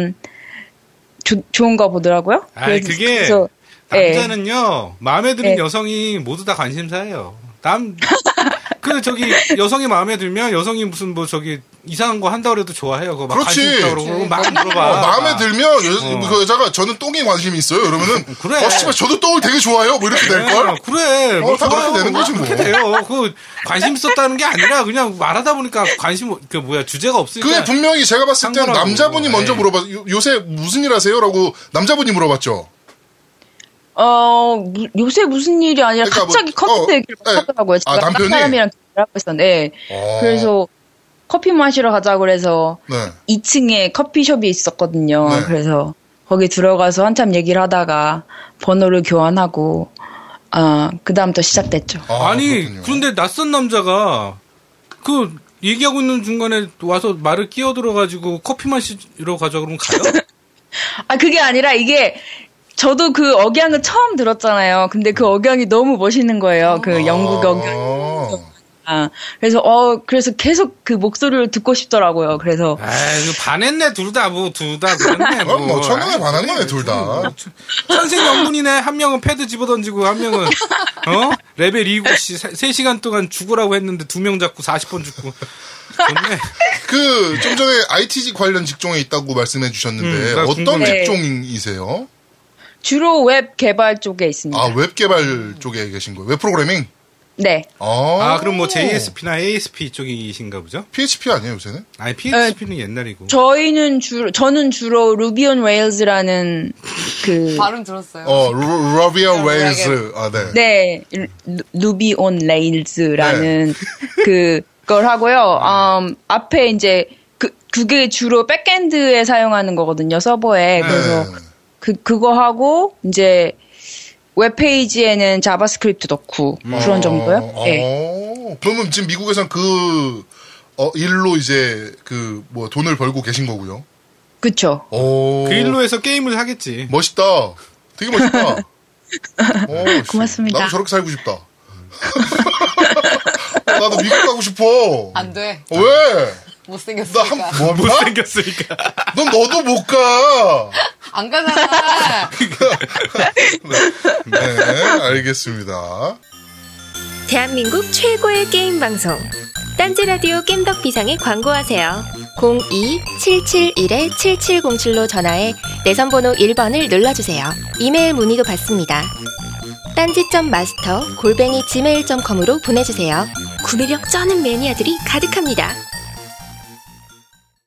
조- 좋은가 보더라고요.
아 그게
그래서- 예.
남자는요 마음에 드는
예.
여성이 모두 다 관심사예요. 남 그 저기 여성이 마음에 들면 여성이 무슨 뭐 저기 이상한 거 한다 그래도 좋아해요. 그거 막
그렇지.
관심 있다 그러고 막 물어봐.
어, 마음에 들면 여,
아, 어.
그 여자가 저는 똥에 관심이 있어요 이러면은
그래.
어 씨발 저도 똥을 되게 좋아해요 뭐 이렇게 될걸?
네, 그래.
어, 다 그렇게 되는 거지, 뭐.
그렇게 돼요. 그 관심 있었다는 게 아니라 그냥 말하다 보니까 관심 그 뭐야 주제가 없으니까.
그게 분명히 제가 봤을 때는
상관하고.
남자분이 먼저
네.
물어봤 요- 요새 무슨 일 하세요라고 남자분이 물어봤죠.
어 무- 요새 무슨 일이 아니라
그러니까 뭐,
갑자기 커피도
어,
얘기를 막
예.
하더라고요.
아,
제가 딴
남편이?
사람이랑 얘기를 하고 있었는데 예.
어.
그래서 커피 마시러 가자 그래서
네.
2층에 커피숍이 있었거든요.
네.
그래서 거기 들어가서 한참 얘기를 하다가 번호를 교환하고 아 그다음부터 시작됐죠.
아,
아니
그렇군요.
그런데 낯선 남자가 그 얘기하고 있는 중간에 와서 말을 끼어들어 가지고 커피 마시러 가자 그러면 가요?
아 그게 아니라 이게 저도 그 억양을 처음 들었잖아요. 근데 그 억양이 너무 멋있는 거예요. 그 영국 억양.
아.
아, 그래서 어 그래서 계속 그 목소리를 듣고 싶더라고요.
네.
그래서
아, 이거 반했네 둘 다 뭐 둘 다 그랬네. 뭐
그럼 뭐 천원에 반한 거네 둘 다.
천생 연분이네. 한 명은 패드 집어던지고 한 명은 어 레벨 2고 씨 3시간 동안 죽으라고 했는데 두 명 잡고 40번 죽고. 좋네.
그 좀 전에 IT 관련 직종에 있다고 말씀해 주셨는데
음, 나
어떤
궁금해.
직종이세요?
주로 웹 개발 쪽에 있습니다.
아, 웹 개발 쪽에 계신 거예요? 웹 프로그래밍?
네.
아,
아, 그럼 뭐 JSP나 ASP 쪽이신가 보죠?
PHP 아니에요, 요새는?
아니, PHP는 옛날이고.
저희는 주로 저는 주로 Ruby on Rails라는 그
발음 들었어요.
어, 루- 러비아
러비아
웨일즈. 아, 네.
네, 루- 루비 온
네.
레일즈라는 그걸 하고요. 음, 앞에 이제 그 그게 주로 백엔드에 사용하는 거거든요 서버에. 그래서
네.
그 그거 하고 이제 웹 페이지에는 자바스크립트 넣고 그런 정도요.
어,
네.
어. 그러면 지금 미국에선 그, 어, 일로 이제, 그, 뭐, 돈을 벌고 계신 거고요.
그쵸.
오.
그 일로 해서 게임을 하겠지.
멋있다. 되게 멋있다. 오, 씨.
고맙습니다.
나도 저렇게 살고 싶다. 어, 나도 미국 가고 싶어.
안 돼.
어, 왜? 나
못생겼으니까.
한, 뭐,
못생겼으니까.
넌 너도 못 가.
안 가잖아.
네, 알겠습니다.
대한민국 최고의 게임 방송 딴지라디오 겜덕 비상에 광고하세요 02-771-7707로 전화해 내선번호 1번을 눌러주세요 이메일 문의도 받습니다 딴지점 마스터 골뱅이 gmail.com으로 보내주세요 구매력 쩌는 매니아들이 가득합니다